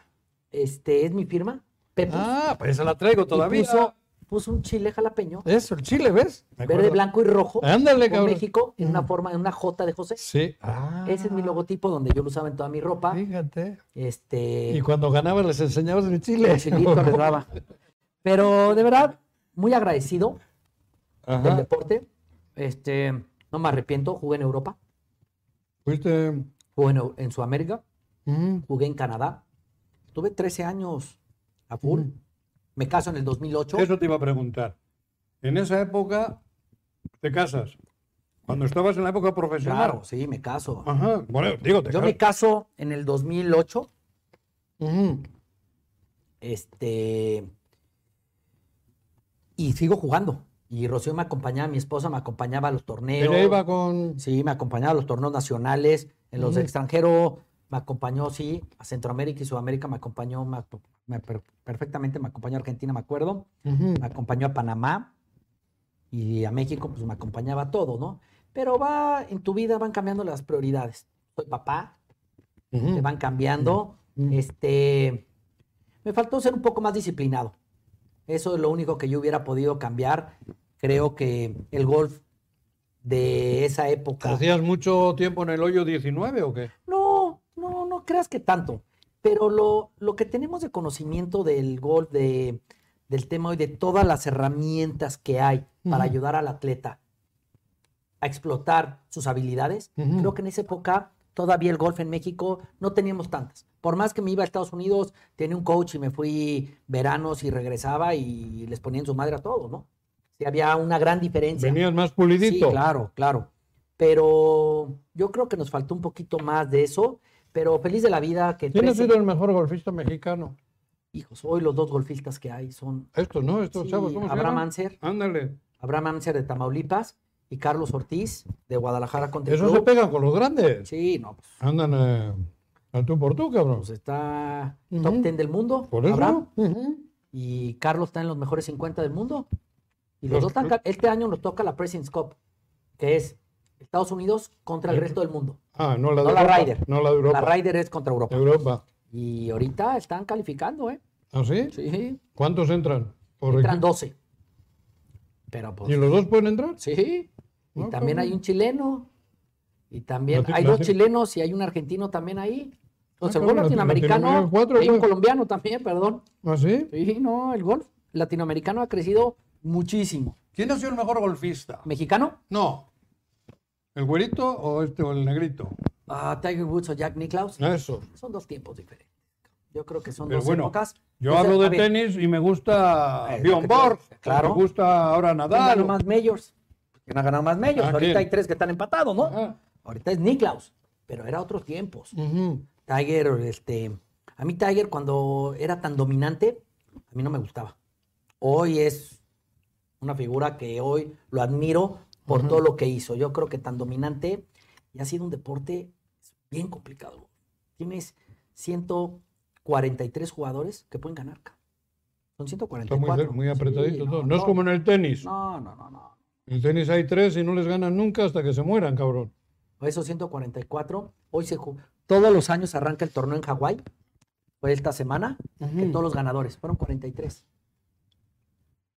Speaker 2: Este es mi firma. Pepe.
Speaker 1: Ah, pues esa la traigo todavía.
Speaker 2: puso, puso un chile jalapeño,
Speaker 1: Eso, el chile, ¿ves? Me
Speaker 2: verde,
Speaker 1: acuerdo.
Speaker 2: blanco y rojo.
Speaker 1: Ándale,
Speaker 2: con
Speaker 1: cabrón.
Speaker 2: México en una
Speaker 1: Mm.
Speaker 2: forma, en una J de José.
Speaker 1: Sí. Ah,
Speaker 2: Ese es mi logotipo donde yo lo usaba en toda mi ropa.
Speaker 1: Fíjate.
Speaker 2: Este.
Speaker 1: Y cuando ganabas les enseñabas el chile.
Speaker 2: el chilito les daba. Pero de verdad, muy agradecido del
Speaker 1: Ajá.
Speaker 2: deporte. Este, no me arrepiento, jugué en Eu- Europa,
Speaker 1: Fuiste.
Speaker 2: jugué en, Eu- en Sudamérica,
Speaker 1: mm,
Speaker 2: jugué en Canadá. Tuve 13 años a full.
Speaker 1: Mm.
Speaker 2: Me caso en el 2008.
Speaker 1: Eso te iba a preguntar. En esa época te casas. Cuando estabas en la época profesional.
Speaker 2: Claro, sí, me caso.
Speaker 1: Ajá. Bueno, digo, te
Speaker 2: Yo me
Speaker 1: casas.
Speaker 2: caso en el 2008.
Speaker 1: Ujú.
Speaker 2: Este. Y sigo jugando. Y Rocío me acompañaba, mi esposa me acompañaba a los torneos.
Speaker 1: Ella iba con.
Speaker 2: Sí, me acompañaba a los torneos nacionales, en los de
Speaker 1: Ujú.
Speaker 2: extranjero me acompañó, sí, a Centroamérica y Sudamérica me acompañó, me aco- me per- perfectamente me acompañó a Argentina, me acuerdo,
Speaker 1: Ujú.
Speaker 2: me acompañó a Panamá y a México, pues me acompañaba a todo, ¿no? Pero va, en tu vida van cambiando las prioridades. Soy papá,
Speaker 1: Ujú.
Speaker 2: te van cambiando,
Speaker 1: Ujú.
Speaker 2: este, me faltó ser un poco más disciplinado. Eso es lo único que yo hubiera podido cambiar. Creo que el golf de esa época...
Speaker 1: ¿Hacías mucho tiempo en el hoyo 19 o qué?
Speaker 2: No, no, no creas que tanto. Pero lo, lo que tenemos de conocimiento del golf, de, del tema hoy, de todas las herramientas que hay para
Speaker 1: Ujú.
Speaker 2: ayudar al atleta a explotar sus habilidades,
Speaker 1: Ujú.
Speaker 2: creo que en esa época todavía el golf en México no teníamos tantas. Por más que me iba a Estados Unidos, tenía un coach y me fui veranos y regresaba y les ponía en su madre a todos, ¿no? Sí, había una gran diferencia.
Speaker 1: Venías más pulidito.
Speaker 2: Sí, claro, claro. Pero yo creo que nos faltó un poquito más de eso. Pero feliz de la vida que
Speaker 1: ¿Quién ha
Speaker 2: 13
Speaker 1: sido el mejor golfista mexicano?
Speaker 2: hijos. Hoy los dos golfistas que hay son
Speaker 1: Estos, ¿no? Estos
Speaker 2: sí,
Speaker 1: chavos, ¿cómo se
Speaker 2: Abraham
Speaker 1: llaman?
Speaker 2: Anser,
Speaker 1: Ándale.
Speaker 2: Abraham Anser de Tamaulipas y Carlos Ortiz de Guadalajara Country
Speaker 1: Esos se
Speaker 2: Club.
Speaker 1: pegan con los grandes.
Speaker 2: Sí, no, pues,
Speaker 1: Andan eh, al tú por tú, cabrón.
Speaker 2: pues está
Speaker 1: Ujú.
Speaker 2: top 10 del mundo.
Speaker 1: Por eso.
Speaker 2: Abraham
Speaker 1: ujú.
Speaker 2: y Carlos está en los mejores 50 del mundo. Y los
Speaker 1: Los-
Speaker 2: dos están ca- este año nos toca la President's Cup, que es Estados Unidos contra el resto del mundo.
Speaker 1: Ah, no la de
Speaker 2: No la
Speaker 1: Europa.
Speaker 2: Ryder.
Speaker 1: No la de Europa.
Speaker 2: La Ryder es contra Europa.
Speaker 1: Europa.
Speaker 2: Y ahorita están calificando, ¿eh?
Speaker 1: ¿Ah, sí?
Speaker 2: Sí.
Speaker 1: ¿Cuántos entran? Por
Speaker 2: Entran
Speaker 1: equipo?
Speaker 2: 12. Pero pues.
Speaker 1: Pues ¿Y los dos pueden entrar?
Speaker 2: Sí. Y
Speaker 1: No,
Speaker 2: también hay
Speaker 1: cabrón.
Speaker 2: un chileno. Y también.
Speaker 1: Lati-
Speaker 2: hay dos
Speaker 1: lati-
Speaker 2: chilenos y hay un argentino también ahí.
Speaker 1: Ah,
Speaker 2: Entonces, el golf
Speaker 1: cabrón, lati-
Speaker 2: latinoamericano.
Speaker 1: latinoamericanos, cuatro,
Speaker 2: hay un
Speaker 1: pues.
Speaker 2: colombiano también, perdón.
Speaker 1: ¿Ah, sí?
Speaker 2: Sí, no, el golf latinoamericano ha crecido muchísimo.
Speaker 1: ¿Quién ha sido el mejor golfista?
Speaker 2: ¿Mexicano?
Speaker 1: No. ¿El güerito o este o el negrito?
Speaker 2: ah, Tiger Woods o Jack Nicklaus.
Speaker 1: Eso.
Speaker 2: Son dos tiempos diferentes. Yo creo que son
Speaker 1: Pero
Speaker 2: dos
Speaker 1: bueno,
Speaker 2: épocas.
Speaker 1: Yo
Speaker 2: Entonces,
Speaker 1: hablo
Speaker 2: a
Speaker 1: de
Speaker 2: ver,
Speaker 1: tenis y me gusta
Speaker 2: Es lo
Speaker 1: Bjorn
Speaker 2: que te-
Speaker 1: Borg.
Speaker 2: claro.
Speaker 1: Me gusta ahora
Speaker 2: ¿Quién
Speaker 1: Nadal.
Speaker 2: ganó más majors? ¿Quién ha ganado más majors?
Speaker 1: Ah,
Speaker 2: Ahorita
Speaker 1: ¿quién?
Speaker 2: hay tres que están empatados, ¿no?
Speaker 1: Ah,
Speaker 2: Ahorita es Niklaus, pero era otros tiempos.
Speaker 1: ujú.
Speaker 2: Tiger, este, a mí Tiger cuando era tan dominante, a mí no me gustaba. Hoy es una figura que hoy lo admiro por todo lo que hizo. Yo creo que tan dominante y ha sido un deporte bien complicado. Tienes 143 jugadores que pueden ganar. cabrón. Son
Speaker 1: Está muy,
Speaker 2: 144.
Speaker 1: muy
Speaker 2: Sí,
Speaker 1: apretadito todo. No, es
Speaker 2: no,
Speaker 1: como en el tenis.
Speaker 2: No, no, no, no.
Speaker 1: En el tenis hay tres y no les ganan nunca hasta que se mueran, cabrón.
Speaker 2: Esos 144, hoy se ju- todos los años arranca el torneo en Hawái, fue esta semana, que
Speaker 1: Ujú.
Speaker 2: todos los ganadores, fueron 43.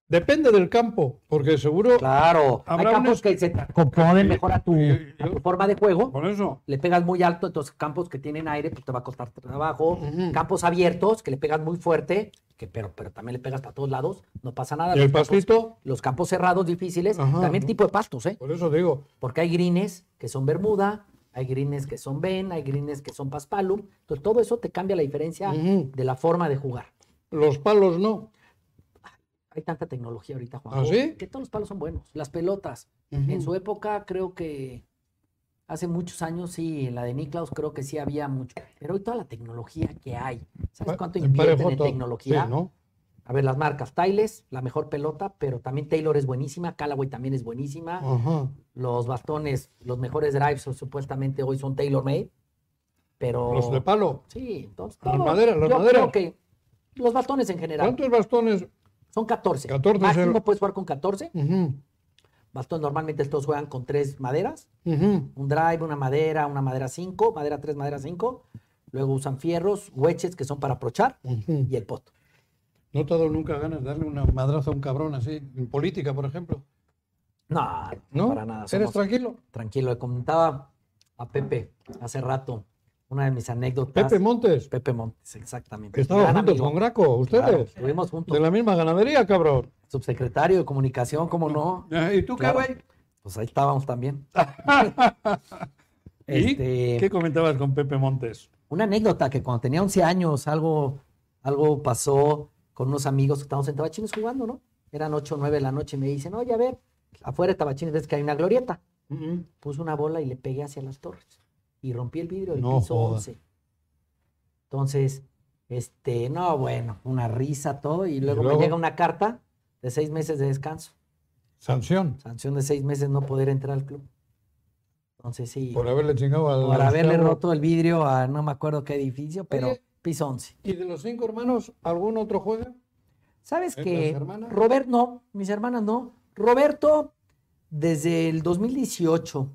Speaker 1: Depende del campo, porque seguro.
Speaker 2: Claro, hay
Speaker 1: Habrá
Speaker 2: campos
Speaker 1: unos-
Speaker 2: que se te acomoden mejor a tu,
Speaker 1: Eh,
Speaker 2: a tu
Speaker 1: yo-
Speaker 2: forma de juego,
Speaker 1: Por eso.
Speaker 2: le pegas muy alto, entonces campos que tienen aire, pues te va a costar trabajo,
Speaker 1: Ujú.
Speaker 2: campos abiertos, que le pegas muy fuerte, que, pero, pero también le pegas para todos lados, no pasa nada.
Speaker 1: ¿Y el
Speaker 2: Los campos-
Speaker 1: pastito?
Speaker 2: Los campos cerrados difíciles,
Speaker 1: Ajá,
Speaker 2: también
Speaker 1: ¿no?
Speaker 2: tipo de pastos, ¿eh?
Speaker 1: Por eso digo.
Speaker 2: Porque hay greens que son Bermuda, hay greens que son Ben, hay greens que son Paspalum. Entonces, todo eso te cambia la diferencia
Speaker 1: Ujú.
Speaker 2: de la forma de jugar.
Speaker 1: Los palos no.
Speaker 2: Hay tanta tecnología ahorita, Juanjo,
Speaker 1: ¿Ah, sí?
Speaker 2: que todos los palos son buenos. Las pelotas,
Speaker 1: Ujú.
Speaker 2: en su época, creo que hace muchos años, sí, en la de Niklaus creo que sí había mucho. Pero hoy toda la tecnología que hay, ¿sabes cuánto
Speaker 1: Ah, En
Speaker 2: invierten en
Speaker 1: parejoto.
Speaker 2: tecnología?
Speaker 1: Sí, ¿no?
Speaker 2: A ver, las marcas. Tiles, la mejor pelota, pero también Taylor es buenísima. Callaway también es buenísima.
Speaker 1: Ah.
Speaker 3: Ajá.
Speaker 2: Los bastones, los mejores drives son- supuestamente hoy son Taylor Made. Pero.
Speaker 1: Los de palo.
Speaker 2: Sí, entonces.
Speaker 1: Las
Speaker 2: todo.
Speaker 1: maderas, las
Speaker 2: Yo
Speaker 1: maderas.
Speaker 2: creo que los bastones en general.
Speaker 1: ¿Cuántos bastones?
Speaker 2: Son 14.
Speaker 1: 14 es el-
Speaker 2: Máximo puedes jugar con 14.
Speaker 1: Ujú,
Speaker 2: Bastón, normalmente todos juegan con tres maderas.
Speaker 1: ujú.
Speaker 2: Un drive, una madera, una madera 5, madera 3, madera 5. Luego usan fierros, wedges que son para aprochar
Speaker 1: Ujú.
Speaker 2: y el pot.
Speaker 1: ¿No te ha dado nunca ganas de darle una madraza a un cabrón así, en política, por ejemplo?
Speaker 2: No, no,
Speaker 1: ¿No?
Speaker 2: para nada.
Speaker 1: ¿Eres
Speaker 2: somos-
Speaker 1: tranquilo?
Speaker 2: tranquilo. Le comentaba a Pepe hace rato una de mis anécdotas.
Speaker 1: Pepe Montes,
Speaker 2: Pepe Montes, exactamente.
Speaker 1: que estaba
Speaker 2: Gran
Speaker 1: juntos
Speaker 2: amigo.
Speaker 1: con Graco,
Speaker 2: Claro,
Speaker 1: ustedes.
Speaker 2: estuvimos
Speaker 1: De
Speaker 2: juntos.
Speaker 1: la misma ganadería, cabrón.
Speaker 2: Subsecretario de Comunicación, ¿cómo no?
Speaker 1: Eh, ¿Y tú
Speaker 2: Claro.
Speaker 1: qué, güey?
Speaker 2: Pues ahí estábamos también.
Speaker 1: ¿Y
Speaker 2: Este-
Speaker 1: qué comentabas con Pepe Montes?
Speaker 2: una anécdota que cuando tenía 11 años algo, algo pasó con unos amigos que estábamos en Tabachines jugando, ¿no? Eran 8 o 9 de la noche y me dicen, oye, a ver, afuera de Tabachines ves que hay una glorieta.
Speaker 1: Ujú.
Speaker 2: Puse una bola y le pegué hacia las torres. Y rompí el vidrio del
Speaker 1: No
Speaker 2: piso
Speaker 1: jodas.
Speaker 2: 11. Entonces, este, no, bueno, una risa, todo. Y luego,
Speaker 1: luego?
Speaker 2: me llega una carta de seis meses de descanso.
Speaker 1: Sanción.
Speaker 2: Sanción de seis meses no poder entrar al club. Entonces, sí,
Speaker 1: Por
Speaker 2: por,
Speaker 1: haberle chingado al.
Speaker 2: haberle
Speaker 1: chavo.
Speaker 2: roto el vidrio a no me acuerdo qué edificio, pero
Speaker 1: Oye.
Speaker 2: piso 11.
Speaker 1: ¿Y de los cinco hermanos, algún otro juega?
Speaker 2: ¿Sabes
Speaker 1: ¿Eh,
Speaker 2: que
Speaker 1: las hermanas?
Speaker 2: Robert no, mis hermanas no. Roberto, desde el 2018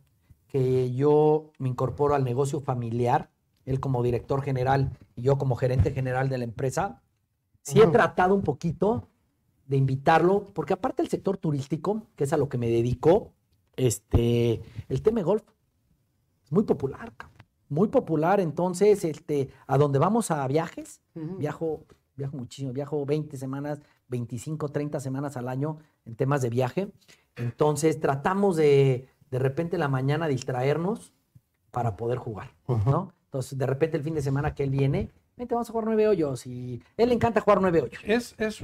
Speaker 2: que yo me incorporo al negocio familiar, él como director general y yo como gerente general de la empresa, sí he
Speaker 1: Ajá.
Speaker 2: tratado un poquito de invitarlo, porque aparte del sector turístico, que es a lo que me dedico, este, el tema de golf es muy popular, cabrón, muy popular. Entonces, este, a donde vamos a viajes, Viajo, viajo muchísimo, viajo 20 semanas, 25, 30 semanas al año en temas de viaje. Entonces tratamos de de repente en la mañana distraernos para poder jugar,
Speaker 1: Ajá.
Speaker 2: ¿no? Entonces de repente el fin de semana que él viene, vente, vamos a jugar nueve hoyos y él le encanta jugar nueve hoyos.
Speaker 1: Es, es,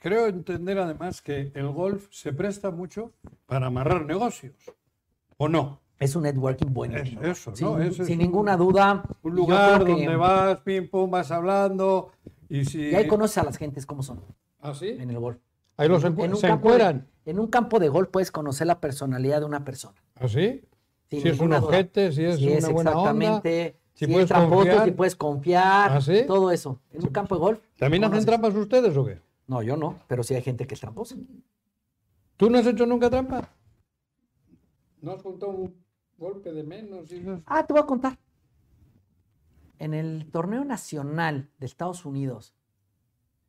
Speaker 1: creo entender además que el golf se presta mucho para amarrar negocios. ¿O no?
Speaker 2: Es un networking bueno.
Speaker 1: Es- eso, ¿no?
Speaker 2: sin,
Speaker 1: Ese es
Speaker 2: sin
Speaker 1: un-
Speaker 2: ninguna duda. y
Speaker 1: Un
Speaker 2: yo
Speaker 1: lugar
Speaker 2: creo que-
Speaker 1: donde vas, pim, pum, vas hablando. Y si.
Speaker 2: Y ahí conoces a las gentes cómo son
Speaker 1: ¿Ah, sí?
Speaker 2: en el golf.
Speaker 1: Ahí los encu-
Speaker 2: En un
Speaker 1: se
Speaker 2: campo de-
Speaker 1: encueran.
Speaker 2: en un campo de golf puedes conocer la personalidad de una persona.
Speaker 1: ¿Ah, sí?
Speaker 2: sin
Speaker 1: Si es un
Speaker 2: ninguna duda.
Speaker 1: ojete, si es
Speaker 2: Sí,
Speaker 1: una buena onda.
Speaker 2: exactamente.
Speaker 1: si
Speaker 2: Si,
Speaker 1: puedes
Speaker 2: entran
Speaker 1: confiar.
Speaker 2: fotos, si puedes confiar,
Speaker 1: ¿Ah, sí?
Speaker 2: todo eso. En un campo de golf.
Speaker 1: ¿También hacen
Speaker 2: conoces.
Speaker 1: trampas ustedes o qué?
Speaker 2: No, yo no, pero sí hay gente que es tramposa.
Speaker 1: ¿Tú no has hecho nunca trampa? ¿No has contado un golpe de menos? y esas-
Speaker 2: Ah, te voy a contar. En el torneo nacional de Estados Unidos,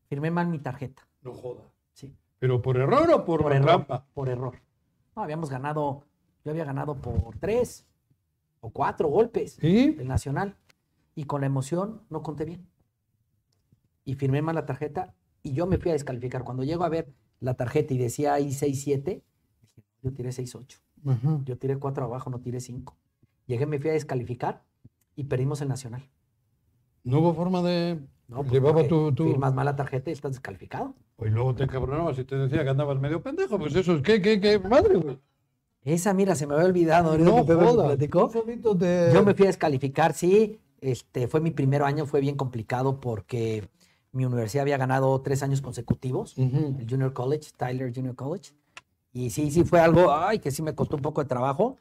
Speaker 2: firmé mal mi tarjeta.
Speaker 1: No joda.
Speaker 2: Sí,
Speaker 1: ¿Pero por error o por,
Speaker 2: por
Speaker 1: la
Speaker 2: error.
Speaker 1: trampa?
Speaker 2: Por error. No, habíamos ganado, yo había ganado por tres o cuatro golpes.
Speaker 1: ¿Sí?
Speaker 2: el Nacional. Y con la emoción no conté bien. Y firmé mal la tarjeta y yo me fui a descalificar. Cuando llego a ver la tarjeta y decía ahí 6-7, dije, yo tiré 6-8.
Speaker 1: Ajá.
Speaker 2: Yo tiré 4 abajo, no tiré 5. Llegué, me fui a descalificar y perdimos el Nacional.
Speaker 1: No hubo forma de.
Speaker 2: No, pues,
Speaker 1: Llevaba
Speaker 2: porque
Speaker 1: tu. tu-
Speaker 2: Firmas mala tarjeta y estás descalificado.
Speaker 1: Pues luego te encabronabas y te decía que andabas medio pendejo. Pues eso es que, que, que, madre, güey.
Speaker 2: Esa, mira, se me había olvidado. ahorita
Speaker 1: No
Speaker 2: que Pepe me
Speaker 1: jodas.
Speaker 2: platicó.
Speaker 1: Tú solito te-
Speaker 2: Yo me fui a descalificar, sí. Este, fue mi primer año, fue bien complicado porque mi universidad había ganado tres años consecutivos.
Speaker 1: Ujú.
Speaker 2: el Junior College, Tyler Junior College. Y sí, sí fue algo, ay, que sí me costó un poco de trabajo,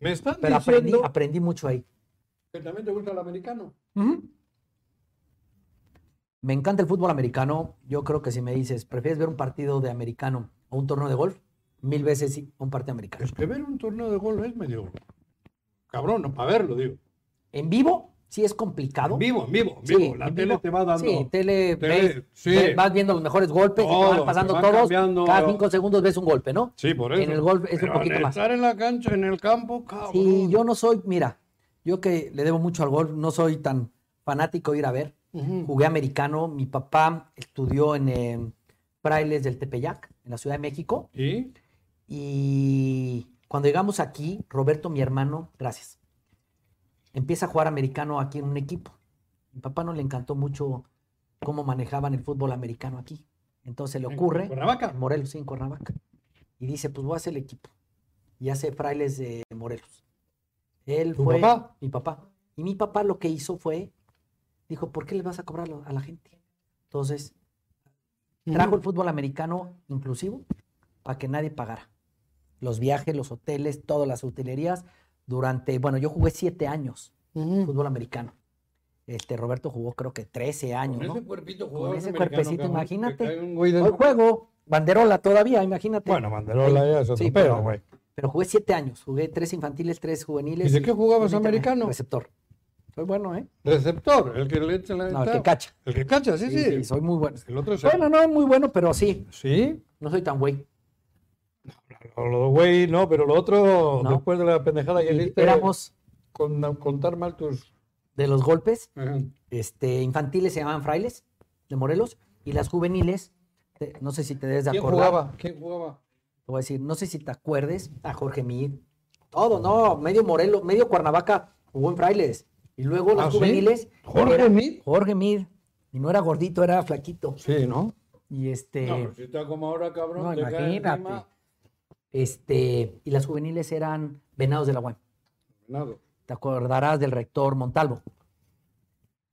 Speaker 1: Me están
Speaker 2: pero aprendí,
Speaker 1: diciendo
Speaker 2: aprendí mucho ahí.
Speaker 1: que también te gusta el americano.
Speaker 2: Me encanta el fútbol americano. Yo creo que si me dices, ¿prefieres ver un partido de americano o un torneo de golf? Mil veces sí, un partido americano.
Speaker 1: Es que ver un torneo de golf es medio. Cabrón, no, para verlo, digo.
Speaker 2: En vivo sí es complicado.
Speaker 1: En vivo, en vivo, en
Speaker 2: Sí,
Speaker 1: vivo. la
Speaker 2: en
Speaker 1: tele
Speaker 2: vivo.
Speaker 1: te va dando.
Speaker 2: Sí, tele,
Speaker 1: Tele,
Speaker 2: ves,
Speaker 1: sí.
Speaker 2: ves- vas viendo los mejores golpes, y te
Speaker 1: Todo,
Speaker 2: van pasando
Speaker 1: te van
Speaker 2: todos.
Speaker 1: cambiando.
Speaker 2: Cada cinco segundos ves un golpe, ¿no?
Speaker 1: Sí, por eso.
Speaker 2: En el golf es un
Speaker 1: Pero al
Speaker 2: poquito más.
Speaker 1: Estar en la cancha, en el campo, cabrón.
Speaker 2: Sí, yo no soy, mira, yo que le debo mucho al golf, no soy tan fanático de ir a ver.
Speaker 1: Ujú.
Speaker 2: Jugué americano, mi papá estudió en eh, Frailes del Tepeyac, en la Ciudad de México,
Speaker 1: ¿Y?
Speaker 2: y cuando llegamos aquí, Roberto, mi hermano, gracias, empieza a jugar americano aquí en un equipo. Mi papá no le encantó mucho cómo manejaban el fútbol americano aquí. Entonces le
Speaker 1: en
Speaker 2: ocurre
Speaker 1: Cuernavaca.
Speaker 2: en Morelos, sí, en Cuernavaca. Y dice, pues voy a hacer el equipo. Y hace frailes de Morelos. Él
Speaker 1: ¿Tu
Speaker 2: fue
Speaker 1: papá?
Speaker 2: mi papá. Y mi papá lo que hizo fue, dijo, ¿por qué le vas a cobrar a la gente? Entonces, Trajo el fútbol americano inclusivo para que nadie pagara. Los viajes, los hoteles, todas las utilerías. Durante, bueno, yo jugué siete años
Speaker 3: Ujú.
Speaker 2: fútbol americano. Este Roberto jugó creo que 13 años,
Speaker 1: Con
Speaker 2: ¿no?
Speaker 1: ese cuerpito
Speaker 2: Con
Speaker 1: jugador
Speaker 2: ese
Speaker 1: americano,
Speaker 2: cuerpecito,
Speaker 1: cabrón, te
Speaker 2: imagínate.
Speaker 1: cae un güey de-
Speaker 2: Hoy juego, banderola todavía, imagínate.
Speaker 1: Bueno, Mandarola ya es otro
Speaker 2: Sí,
Speaker 1: pedo,
Speaker 2: pero-
Speaker 1: güey.
Speaker 2: Pero jugué siete años, jugué tres infantiles, tres juveniles.
Speaker 1: ¿Y de qué jugabas
Speaker 2: permíteme,
Speaker 1: americano?
Speaker 2: Receptor. Soy bueno, ¿eh?
Speaker 1: Receptor, el que le echa la
Speaker 2: No, el que
Speaker 1: mitad.
Speaker 2: cacha.
Speaker 1: El que cacha, sí, sí.
Speaker 2: soy muy bueno.
Speaker 1: El otro es el-
Speaker 2: Bueno, no, muy bueno, pero sí,
Speaker 1: Sí,
Speaker 2: no soy tan güey.
Speaker 1: lo- lo güey, no, pero lo otro,
Speaker 2: No.
Speaker 1: después de la pendejada que hiciste,
Speaker 2: Éramos
Speaker 1: con contar mal tus.
Speaker 2: de los golpes,
Speaker 1: Ajá.
Speaker 2: este, infantiles se llamaban frailes de Morelos y las juveniles, te- no sé si te debes de
Speaker 1: ¿Quién
Speaker 2: acordar.
Speaker 1: jugaba? ¿Quién jugaba?
Speaker 2: Te voy a decir, no sé si te acuerdes, a Jorge Mid, todo, no, medio Morelos, medio Cuernavaca jugó en frailes. Y luego las
Speaker 1: ¿Ah, sí?
Speaker 2: juveniles,
Speaker 1: ¿Jorge Mid?
Speaker 2: Jorge Mid, y no era gordito, era flaquito.
Speaker 1: Sí, ¿no?
Speaker 2: Y este.
Speaker 1: No, pero si está como ahora, cabrón,
Speaker 2: No,
Speaker 1: te cae
Speaker 2: imagínate.
Speaker 1: encima,
Speaker 2: Este, y las juveniles eran venados de la UAM.
Speaker 1: nada.
Speaker 2: Te acordarás del rector Montalvo,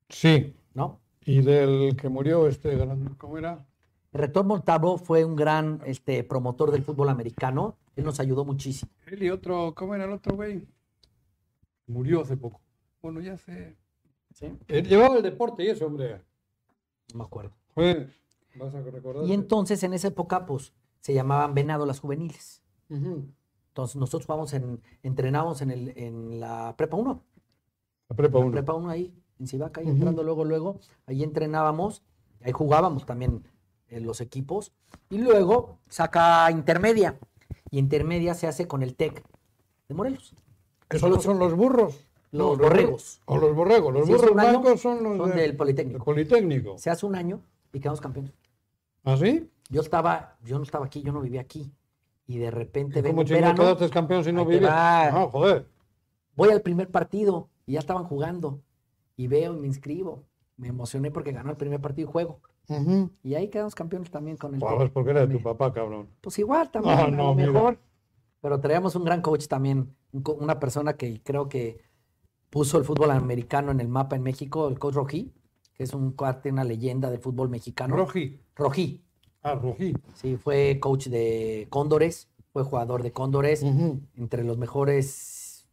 Speaker 1: Sí,
Speaker 2: ¿no?
Speaker 1: y del que murió este, gran- ¿cómo era?
Speaker 2: El rector Montalvo fue un gran este, promotor del fútbol americano. Él nos ayudó muchísimo.
Speaker 1: Él y otro, ¿cómo era el otro güey? Murió hace poco. Bueno, ya sé. Él llevaba el deporte y eso, hombre.
Speaker 2: No me acuerdo.
Speaker 1: Joder, Vas a recordar.
Speaker 2: Y entonces, en esa época, pues, se llamaban venado las juveniles.
Speaker 1: Ujú.
Speaker 2: Entonces, nosotros vamos en, entrenábamos en, el, en la prepa 1.
Speaker 1: La prepa uno.
Speaker 2: Prepa 1 ahí, en Sivaca, ahí
Speaker 1: Ujú.
Speaker 2: entrando luego, luego. Ahí entrenábamos, ahí jugábamos también eh, los equipos. Y luego saca intermedia. Y intermedia se hace con el TEC de Morelos.
Speaker 1: Esos
Speaker 2: Solo
Speaker 1: no son los burros.
Speaker 2: Los
Speaker 1: bor-
Speaker 2: borregos.
Speaker 1: O los borregos. Los
Speaker 2: Sí,
Speaker 1: burros
Speaker 2: son un año,
Speaker 1: blancos son los
Speaker 2: Son
Speaker 1: de-
Speaker 2: del
Speaker 1: del
Speaker 2: Politécnico.
Speaker 1: Politécnico.
Speaker 2: Se hace un año y quedamos campeones.
Speaker 1: ¿Ah, sí?
Speaker 2: Yo estaba, yo no estaba aquí, yo no vivía aquí. Y de repente vengo
Speaker 1: ¿Cómo
Speaker 2: en
Speaker 1: chingados
Speaker 2: verano,
Speaker 1: quedaste campeón si no
Speaker 2: ahí te
Speaker 1: vivías?
Speaker 2: va.
Speaker 1: No, joder.
Speaker 2: voy al primer partido y ya estaban jugando. Y veo y me inscribo. Me emocioné porque ganó el primer partido y juego. Y ahí quedamos campeones también con el
Speaker 1: Joder,
Speaker 2: TEC.
Speaker 1: es porque era de tu
Speaker 2: Me-
Speaker 1: papá, cabrón.
Speaker 2: Pues igual también,
Speaker 1: Ah,
Speaker 2: a lo
Speaker 1: no, mira.
Speaker 2: mejor. Pero traíamos un gran coach también, un co- una persona que creo que puso el fútbol americano en el mapa en México, el coach Rojí, que es un cuate, una leyenda del fútbol mexicano.
Speaker 1: Ah, Roji.
Speaker 2: Rojí,
Speaker 1: Ah, Roji.
Speaker 2: sí, fue coach de Cóndores, fue jugador de Cóndores,
Speaker 1: Mm.
Speaker 2: entre los mejores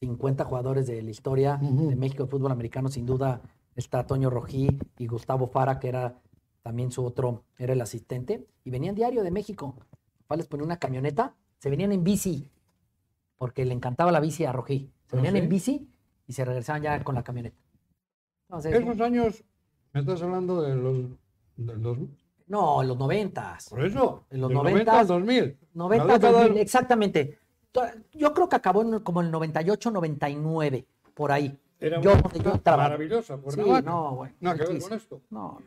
Speaker 2: 50 jugadores de la historia
Speaker 1: Mm.
Speaker 3: Ujú.
Speaker 2: de México de fútbol americano, sin duda está Toño Rojí y Gustavo Fara, que era también su otro, era el asistente, y venían diario de México. Papá les ponía una camioneta, se venían en bici, porque le encantaba la bici a Rojí.
Speaker 1: Ah,
Speaker 2: Se venían
Speaker 1: ¿sí?
Speaker 2: en bici y se regresaban ya con la camioneta. Entonces,
Speaker 1: Esos años, me estás hablando de los. de los-
Speaker 2: no, en los noventas.
Speaker 1: por eso.
Speaker 2: En los
Speaker 1: del
Speaker 2: 90s,
Speaker 1: al 2000. La
Speaker 2: 90,
Speaker 1: década-
Speaker 2: 2000, exactamente. To- Yo creo que acabó en el- como el 98, 99, por ahí.
Speaker 1: Era
Speaker 2: yo,
Speaker 1: una
Speaker 2: donde yo
Speaker 1: cosa
Speaker 2: trabajé.
Speaker 1: maravillosa. por
Speaker 2: Sí,
Speaker 1: Navaca.
Speaker 2: no, güey.
Speaker 1: Nada que ver
Speaker 2: Triste.
Speaker 1: con esto.
Speaker 2: No, no,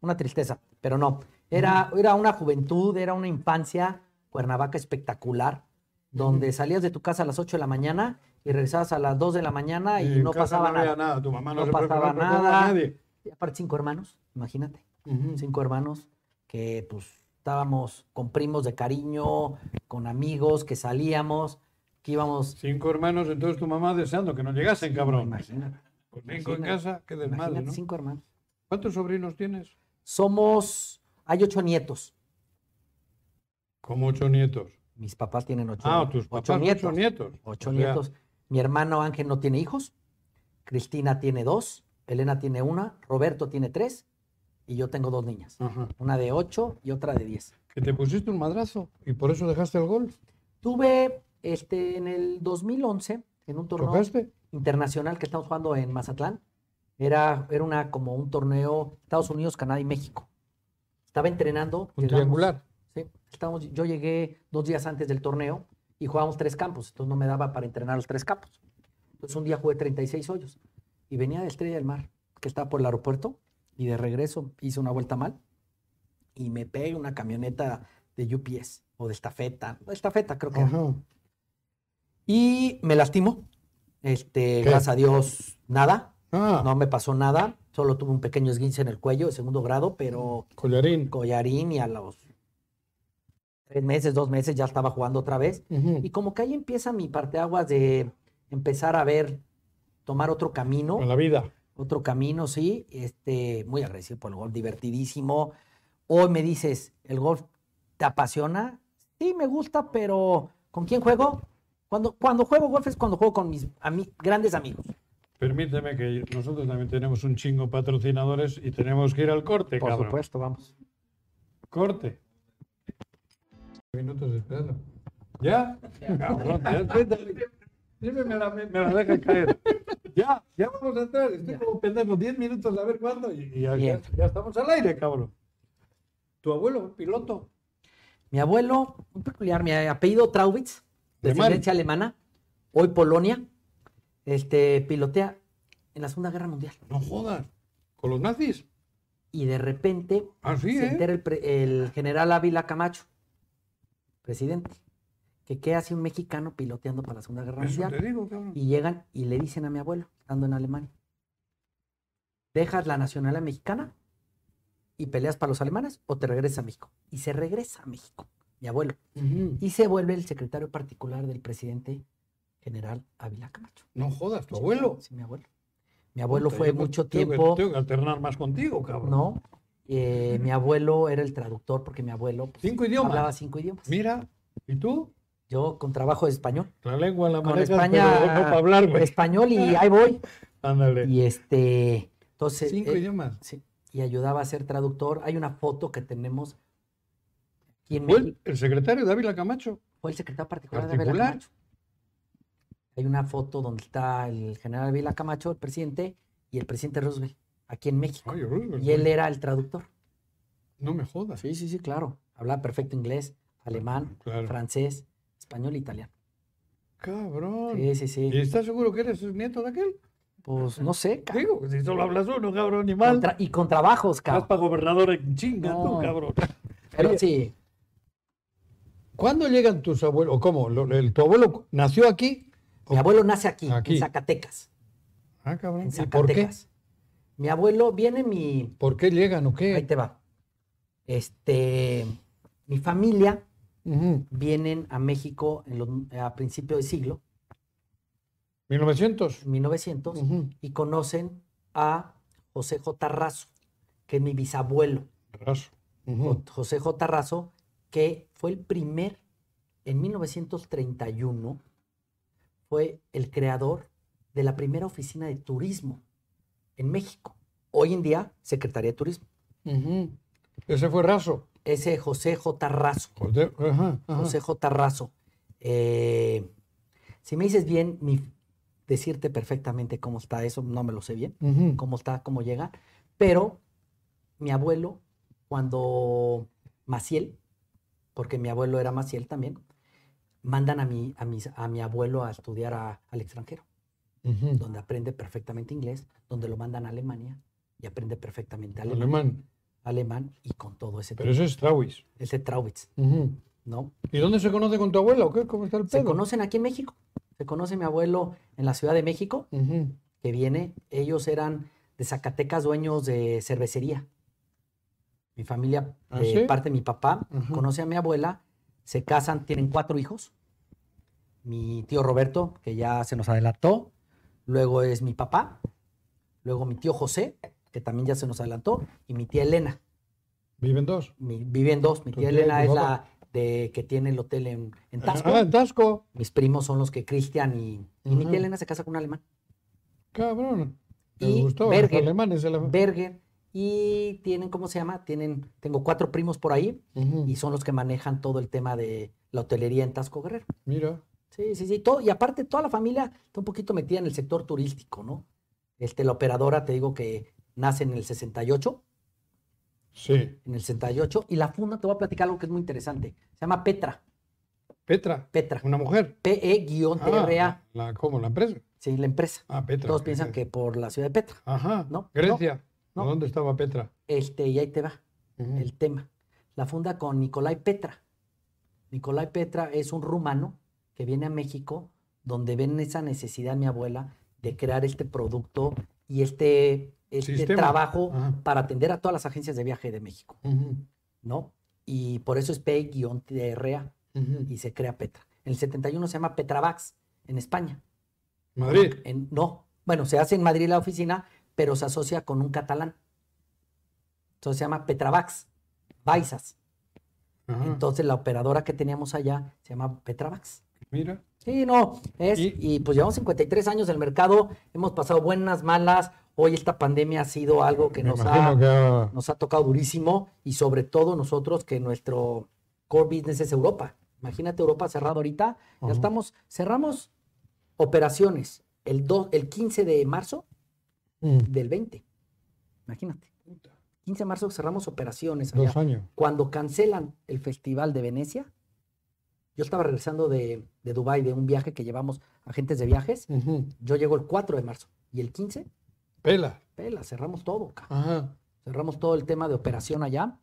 Speaker 2: una tristeza, pero no. Era, era una juventud, era una infancia, Cuernavaca espectacular, donde salías de tu casa a las 8 de la mañana y regresabas a las 2 de la mañana y
Speaker 1: en
Speaker 2: no
Speaker 1: casa
Speaker 2: pasaba
Speaker 1: no había
Speaker 2: nada.
Speaker 1: Tu mamá no,
Speaker 2: No
Speaker 1: se preocupaba
Speaker 2: pasaba
Speaker 1: por nada,
Speaker 2: nada.
Speaker 1: nadie.
Speaker 2: Y aparte, cinco hermanos, imagínate.
Speaker 1: Ujú.
Speaker 2: Cinco hermanos que, pues, estábamos con primos de cariño, con amigos, que salíamos, que íbamos.
Speaker 1: Cinco hermanos, entonces tu mamá deseando que no llegasen, cabrón.
Speaker 2: Imagínate,
Speaker 1: Pues cinco en
Speaker 2: imagínate,
Speaker 1: casa, qué desmadre,
Speaker 2: imagínate
Speaker 1: ¿no?
Speaker 2: cinco hermanos.
Speaker 1: ¿Cuántos sobrinos tienes?
Speaker 2: Somos, hay ocho nietos.
Speaker 1: Como ocho nietos.
Speaker 2: Mis papás tienen ocho,
Speaker 1: Ah, tus
Speaker 2: ocho
Speaker 1: papás, ocho nietos.
Speaker 2: Ocho
Speaker 1: O sea,
Speaker 2: nietos. Mi hermano Ángel no tiene hijos. Cristina tiene dos. Elena tiene una. Roberto tiene tres. Y yo tengo dos niñas.
Speaker 1: ajá.
Speaker 2: Una de ocho y otra de diez.
Speaker 1: Que te pusiste un madrazo y por eso dejaste el golf.
Speaker 2: Tuve este, en el 2011, en un torneo
Speaker 1: ¿Tocaste?
Speaker 2: internacional que estamos jugando en Mazatlán. Era, era una, como un torneo Estados Unidos, Canadá y México. Estaba entrenando.
Speaker 1: Un
Speaker 2: llegamos-
Speaker 1: triangular.
Speaker 2: Sí, estábamos- yo llegué dos días antes del torneo y jugábamos tres campos, entonces no me daba para entrenar los tres campos. Entonces un día jugué 36 hoyos y venía de Estrella del Mar, que estaba por el aeropuerto, y de regreso hice una vuelta mal y me pegué una camioneta de UPS o de estafeta, de estafeta creo que era.
Speaker 1: Ajá.
Speaker 2: Y me lastimó. Este,
Speaker 1: ¿Qué?
Speaker 2: gracias a Dios, nada,
Speaker 1: Ah,
Speaker 2: no me pasó nada, solo tuve un pequeño esguince en el cuello de segundo grado, pero
Speaker 1: collarín.
Speaker 2: collarín y a los tres meses, dos meses ya estaba jugando otra vez.
Speaker 1: Ujú.
Speaker 2: Y como que ahí empieza mi parteaguas de empezar a ver, tomar otro camino,
Speaker 1: Con la vida.
Speaker 2: otro camino, sí, este, muy agradecido por el gol, divertidísimo, Hoy me dices, ¿el golf te apasiona? Sí, me gusta, pero ¿con quién juego? Cuando, cuando juego golf es cuando juego con mis ami- grandes amigos.
Speaker 1: Permíteme que nosotros también tenemos un chingo patrocinadores y tenemos que ir al corte,
Speaker 2: Por
Speaker 1: cabrón.
Speaker 2: supuesto, vamos.
Speaker 1: Corte. Minutos esperando. ¿Ya? Cabrón, ya, vete. Siempre me la, me la deja caer. Ya, ya vamos a entrar. Estoy
Speaker 2: Ya.
Speaker 1: como pendejo 10 minutos a ver cuándo y, y ya,
Speaker 2: Bien.
Speaker 1: ya estamos al aire, cabrón. Tu abuelo, piloto.
Speaker 2: Mi abuelo, un peculiar, mi apellido Traubitz, de
Speaker 1: Alemán.
Speaker 2: descendencia alemana, hoy Polonia, este, pilotea en la Segunda Guerra Mundial.
Speaker 1: No jodas. Con los nazis.
Speaker 2: Y de repente
Speaker 1: Así,
Speaker 2: se
Speaker 1: ¿eh?
Speaker 2: entera el, pre- el general Ávila Camacho, presidente, que qué hace un mexicano piloteando para la Segunda Guerra
Speaker 1: Eso te
Speaker 2: Mundial.
Speaker 1: digo, cabrón.
Speaker 2: Y llegan y le dicen a mi abuelo, estando en Alemania, ¿dejas la nacionalidad mexicana y peleas para los alemanes o te regresas a México? Y se regresa a México, mi abuelo.
Speaker 1: Ujú.
Speaker 2: y se vuelve el secretario particular del presidente general Ávila Camacho.
Speaker 1: No jodas, tu abuelo.
Speaker 2: Sí, mi abuelo. Mi abuelo
Speaker 1: Puta,
Speaker 2: fue
Speaker 1: yo no-
Speaker 2: mucho
Speaker 1: tengo que-
Speaker 2: tiempo,
Speaker 1: Tengo que alternar más contigo, cabrón.
Speaker 2: ¿no? Eh, mi abuelo era el traductor porque mi abuelo pues,
Speaker 1: Cinco idiomas.
Speaker 2: hablaba cinco idiomas.
Speaker 1: Mira, ¿y tú?
Speaker 2: Yo con trabajo de español,
Speaker 1: La lengua la
Speaker 2: Con
Speaker 1: manejas,
Speaker 2: España-
Speaker 1: pero no para hablar, güey.
Speaker 2: español y ahí voy.
Speaker 1: Ándale.
Speaker 2: Y este, entonces,
Speaker 1: Cinco
Speaker 2: eh,
Speaker 1: idiomas.
Speaker 2: sí, y ayudaba a ser traductor. Hay una foto que tenemos aquí en
Speaker 1: Fue
Speaker 2: México.
Speaker 1: el, el secretario de Ávila Camacho.
Speaker 2: Fue el secretario particular, de Ávila
Speaker 1: Particular.
Speaker 2: Camacho. Hay una foto donde está el general Ávila Camacho, el presidente, y el presidente Roosevelt, aquí en México.
Speaker 1: Ay, pues, Roosevelt,
Speaker 2: Y él
Speaker 1: güey.
Speaker 2: era el traductor.
Speaker 1: No me jodas.
Speaker 2: Sí, sí, sí, claro. Hablaba perfecto inglés, alemán,
Speaker 1: Claro.
Speaker 2: francés, español, e italiano.
Speaker 1: Cabrón.
Speaker 2: Sí, sí,
Speaker 1: ¿Y
Speaker 2: sí.
Speaker 1: estás seguro que eres nieto de aquel?
Speaker 2: Pues no sé, ca-
Speaker 1: Digo, si solo hablas uno, cabrón, ni
Speaker 2: con
Speaker 1: mal.
Speaker 2: tra- y con trabajos,
Speaker 1: Vas
Speaker 2: cabrón.
Speaker 1: para gobernador en chinga,
Speaker 2: No.
Speaker 1: tú, cabrón.
Speaker 2: Pero
Speaker 1: Oye,
Speaker 2: sí,
Speaker 1: ¿Cuándo llegan tus abuelos? ¿Cómo? ¿Lo- el- ¿Tu abuelo nació aquí?
Speaker 2: mi abuelo nace aquí,
Speaker 1: Aquí.
Speaker 2: en Zacatecas.
Speaker 1: Ah, cabrón.
Speaker 2: En
Speaker 1: ¿Y por qué?
Speaker 2: Zacatecas. Mi abuelo viene mi,
Speaker 1: ¿Por qué llegan o
Speaker 2: Ahí
Speaker 1: qué?
Speaker 2: te va. Este, mi familia
Speaker 1: Ujú.
Speaker 2: vienen a México en los- a principios del siglo,
Speaker 1: 1900.
Speaker 2: en 1900,
Speaker 1: Ujú.
Speaker 2: y conocen a José J. Razo, que es mi bisabuelo.
Speaker 1: Raso. Ujú.
Speaker 2: José J. Razo, que fue el primer, en 1931, fue el creador de la primera oficina de turismo en México. Hoy en día, Secretaría de Turismo.
Speaker 1: Ujú. Ese fue Raso.
Speaker 2: Ese José J. Razo.
Speaker 1: Joder, ajá, ajá.
Speaker 2: José J. Razo. Eh, si me dices bien, mi- decirte perfectamente cómo está eso, no me lo sé bien,
Speaker 1: Ujú.
Speaker 2: cómo está, cómo llega, pero mi abuelo, cuando Maciel, porque mi abuelo era Maciel también, mandan a mi, a mis- a mi abuelo a estudiar a- al extranjero,
Speaker 1: Ujú.
Speaker 2: donde aprende perfectamente inglés, donde lo mandan a Alemania y aprende perfectamente alemán,
Speaker 1: Alemán.
Speaker 2: alemán y con todo ese,
Speaker 1: Pero
Speaker 2: tema,
Speaker 1: ese es Trawis.
Speaker 2: ese Traubitz, ¿no?
Speaker 1: ¿Y dónde se conoce con tu abuela o qué? ¿Cómo está el
Speaker 2: Se
Speaker 1: pedo?
Speaker 2: conocen aquí en México. Se conoce mi abuelo en la Ciudad de México,
Speaker 1: Ujú.
Speaker 2: que viene. Ellos eran de Zacatecas, dueños de cervecería. Mi familia,
Speaker 1: ¿Ah,
Speaker 2: de
Speaker 1: sí?
Speaker 2: parte de mi papá,
Speaker 1: Ajá.
Speaker 2: conoce a mi abuela, se casan, tienen cuatro hijos. Mi tío Roberto, que ya se nos adelantó. Luego es mi papá. Luego mi tío José, que también ya se nos adelantó. Y mi tía Elena.
Speaker 1: Viven dos.
Speaker 2: Mi- viven dos. Mi
Speaker 1: Tu
Speaker 2: tía
Speaker 1: tía y
Speaker 2: Elena
Speaker 1: tu
Speaker 2: es
Speaker 1: papá.
Speaker 2: la de que tiene el hotel en, en Tasco.
Speaker 1: Ah, en Tasco.
Speaker 2: Mis primos son los que Cristian y, y mi tía
Speaker 1: Ujú.
Speaker 2: Elena se casa con un alemán.
Speaker 1: Cabrón. Te
Speaker 2: Y
Speaker 1: gustó. Los
Speaker 2: Berger.
Speaker 1: alemanes. el-
Speaker 2: Berger. Y tienen, ¿cómo se llama? Tienen, tengo cuatro primos por ahí
Speaker 1: Ujú.
Speaker 2: y son los que manejan todo el tema de la hotelería en Tasco Guerrero.
Speaker 1: Mira.
Speaker 2: Sí, sí, sí. Todo, y aparte, toda la familia está un poquito metida en el sector turístico, ¿no? Este, la operadora, te digo que nace en el 68,
Speaker 1: Sí.
Speaker 2: en el 68, y la funda, te voy a platicar algo que es muy interesante. Se llama Petra,
Speaker 1: Petra.
Speaker 2: Petra, E
Speaker 1: Una mujer.
Speaker 2: PE-TRA,
Speaker 1: Ah, la, ¿Cómo? ¿La empresa?
Speaker 2: sí, la empresa.
Speaker 1: Ah, Petra.
Speaker 2: Todos piensan que por la ciudad de Petra,
Speaker 1: Ajá.
Speaker 2: No,
Speaker 1: Grecia.
Speaker 2: no,
Speaker 1: ¿A
Speaker 2: no.
Speaker 1: ¿Dónde estaba Petra?
Speaker 2: este, y ahí te va.
Speaker 1: Ujú.
Speaker 2: el tema. La funda con Nicolai Petra. Nicolai Petra es un rumano que viene a México donde ven esa necesidad, mi abuela, de crear este producto y este, este
Speaker 1: Sistema. Ah.
Speaker 2: trabajo
Speaker 1: Ajá.
Speaker 2: para atender a todas las agencias de viaje de México,
Speaker 1: Ujú.
Speaker 2: ¿no? Y por eso es E P-TRA
Speaker 1: Ujú.
Speaker 2: y se crea Petra. En el 71 se llama Petravax en España.
Speaker 1: Madrid.
Speaker 2: En- no, bueno, se hace en Madrid la oficina, pero se asocia con un catalán. Entonces se llama Petravax. Baisas.
Speaker 1: Ajá,
Speaker 2: Entonces la operadora que teníamos allá se llama Petravax.
Speaker 1: Mira,
Speaker 2: Sí, no, es,
Speaker 1: Y-
Speaker 2: y, pues llevamos 53 años en el mercado, hemos pasado buenas, malas, hoy esta pandemia ha sido algo que
Speaker 1: me
Speaker 2: nos
Speaker 1: imagino
Speaker 2: ha,
Speaker 1: que ha-
Speaker 2: nos ha tocado durísimo y sobre todo nosotros que nuestro core business es Europa. Imagínate Europa cerrada ahorita,
Speaker 1: Ajá.
Speaker 2: ya estamos, cerramos operaciones el, do- el 15 de marzo
Speaker 1: Mm,
Speaker 2: del 20, imagínate.
Speaker 1: puta,
Speaker 2: 15 de marzo cerramos operaciones allá.
Speaker 1: dos años.
Speaker 2: Cuando cancelan el Festival de Venecia, yo estaba regresando de, de Dubái de un viaje que llevamos agentes de viajes.
Speaker 1: Ujú,
Speaker 2: Yo llego el 4 de marzo y el 15,
Speaker 1: Pela.
Speaker 2: pela, cerramos todo, cabrón.
Speaker 1: Ajá.
Speaker 2: cerramos todo el tema de operación allá.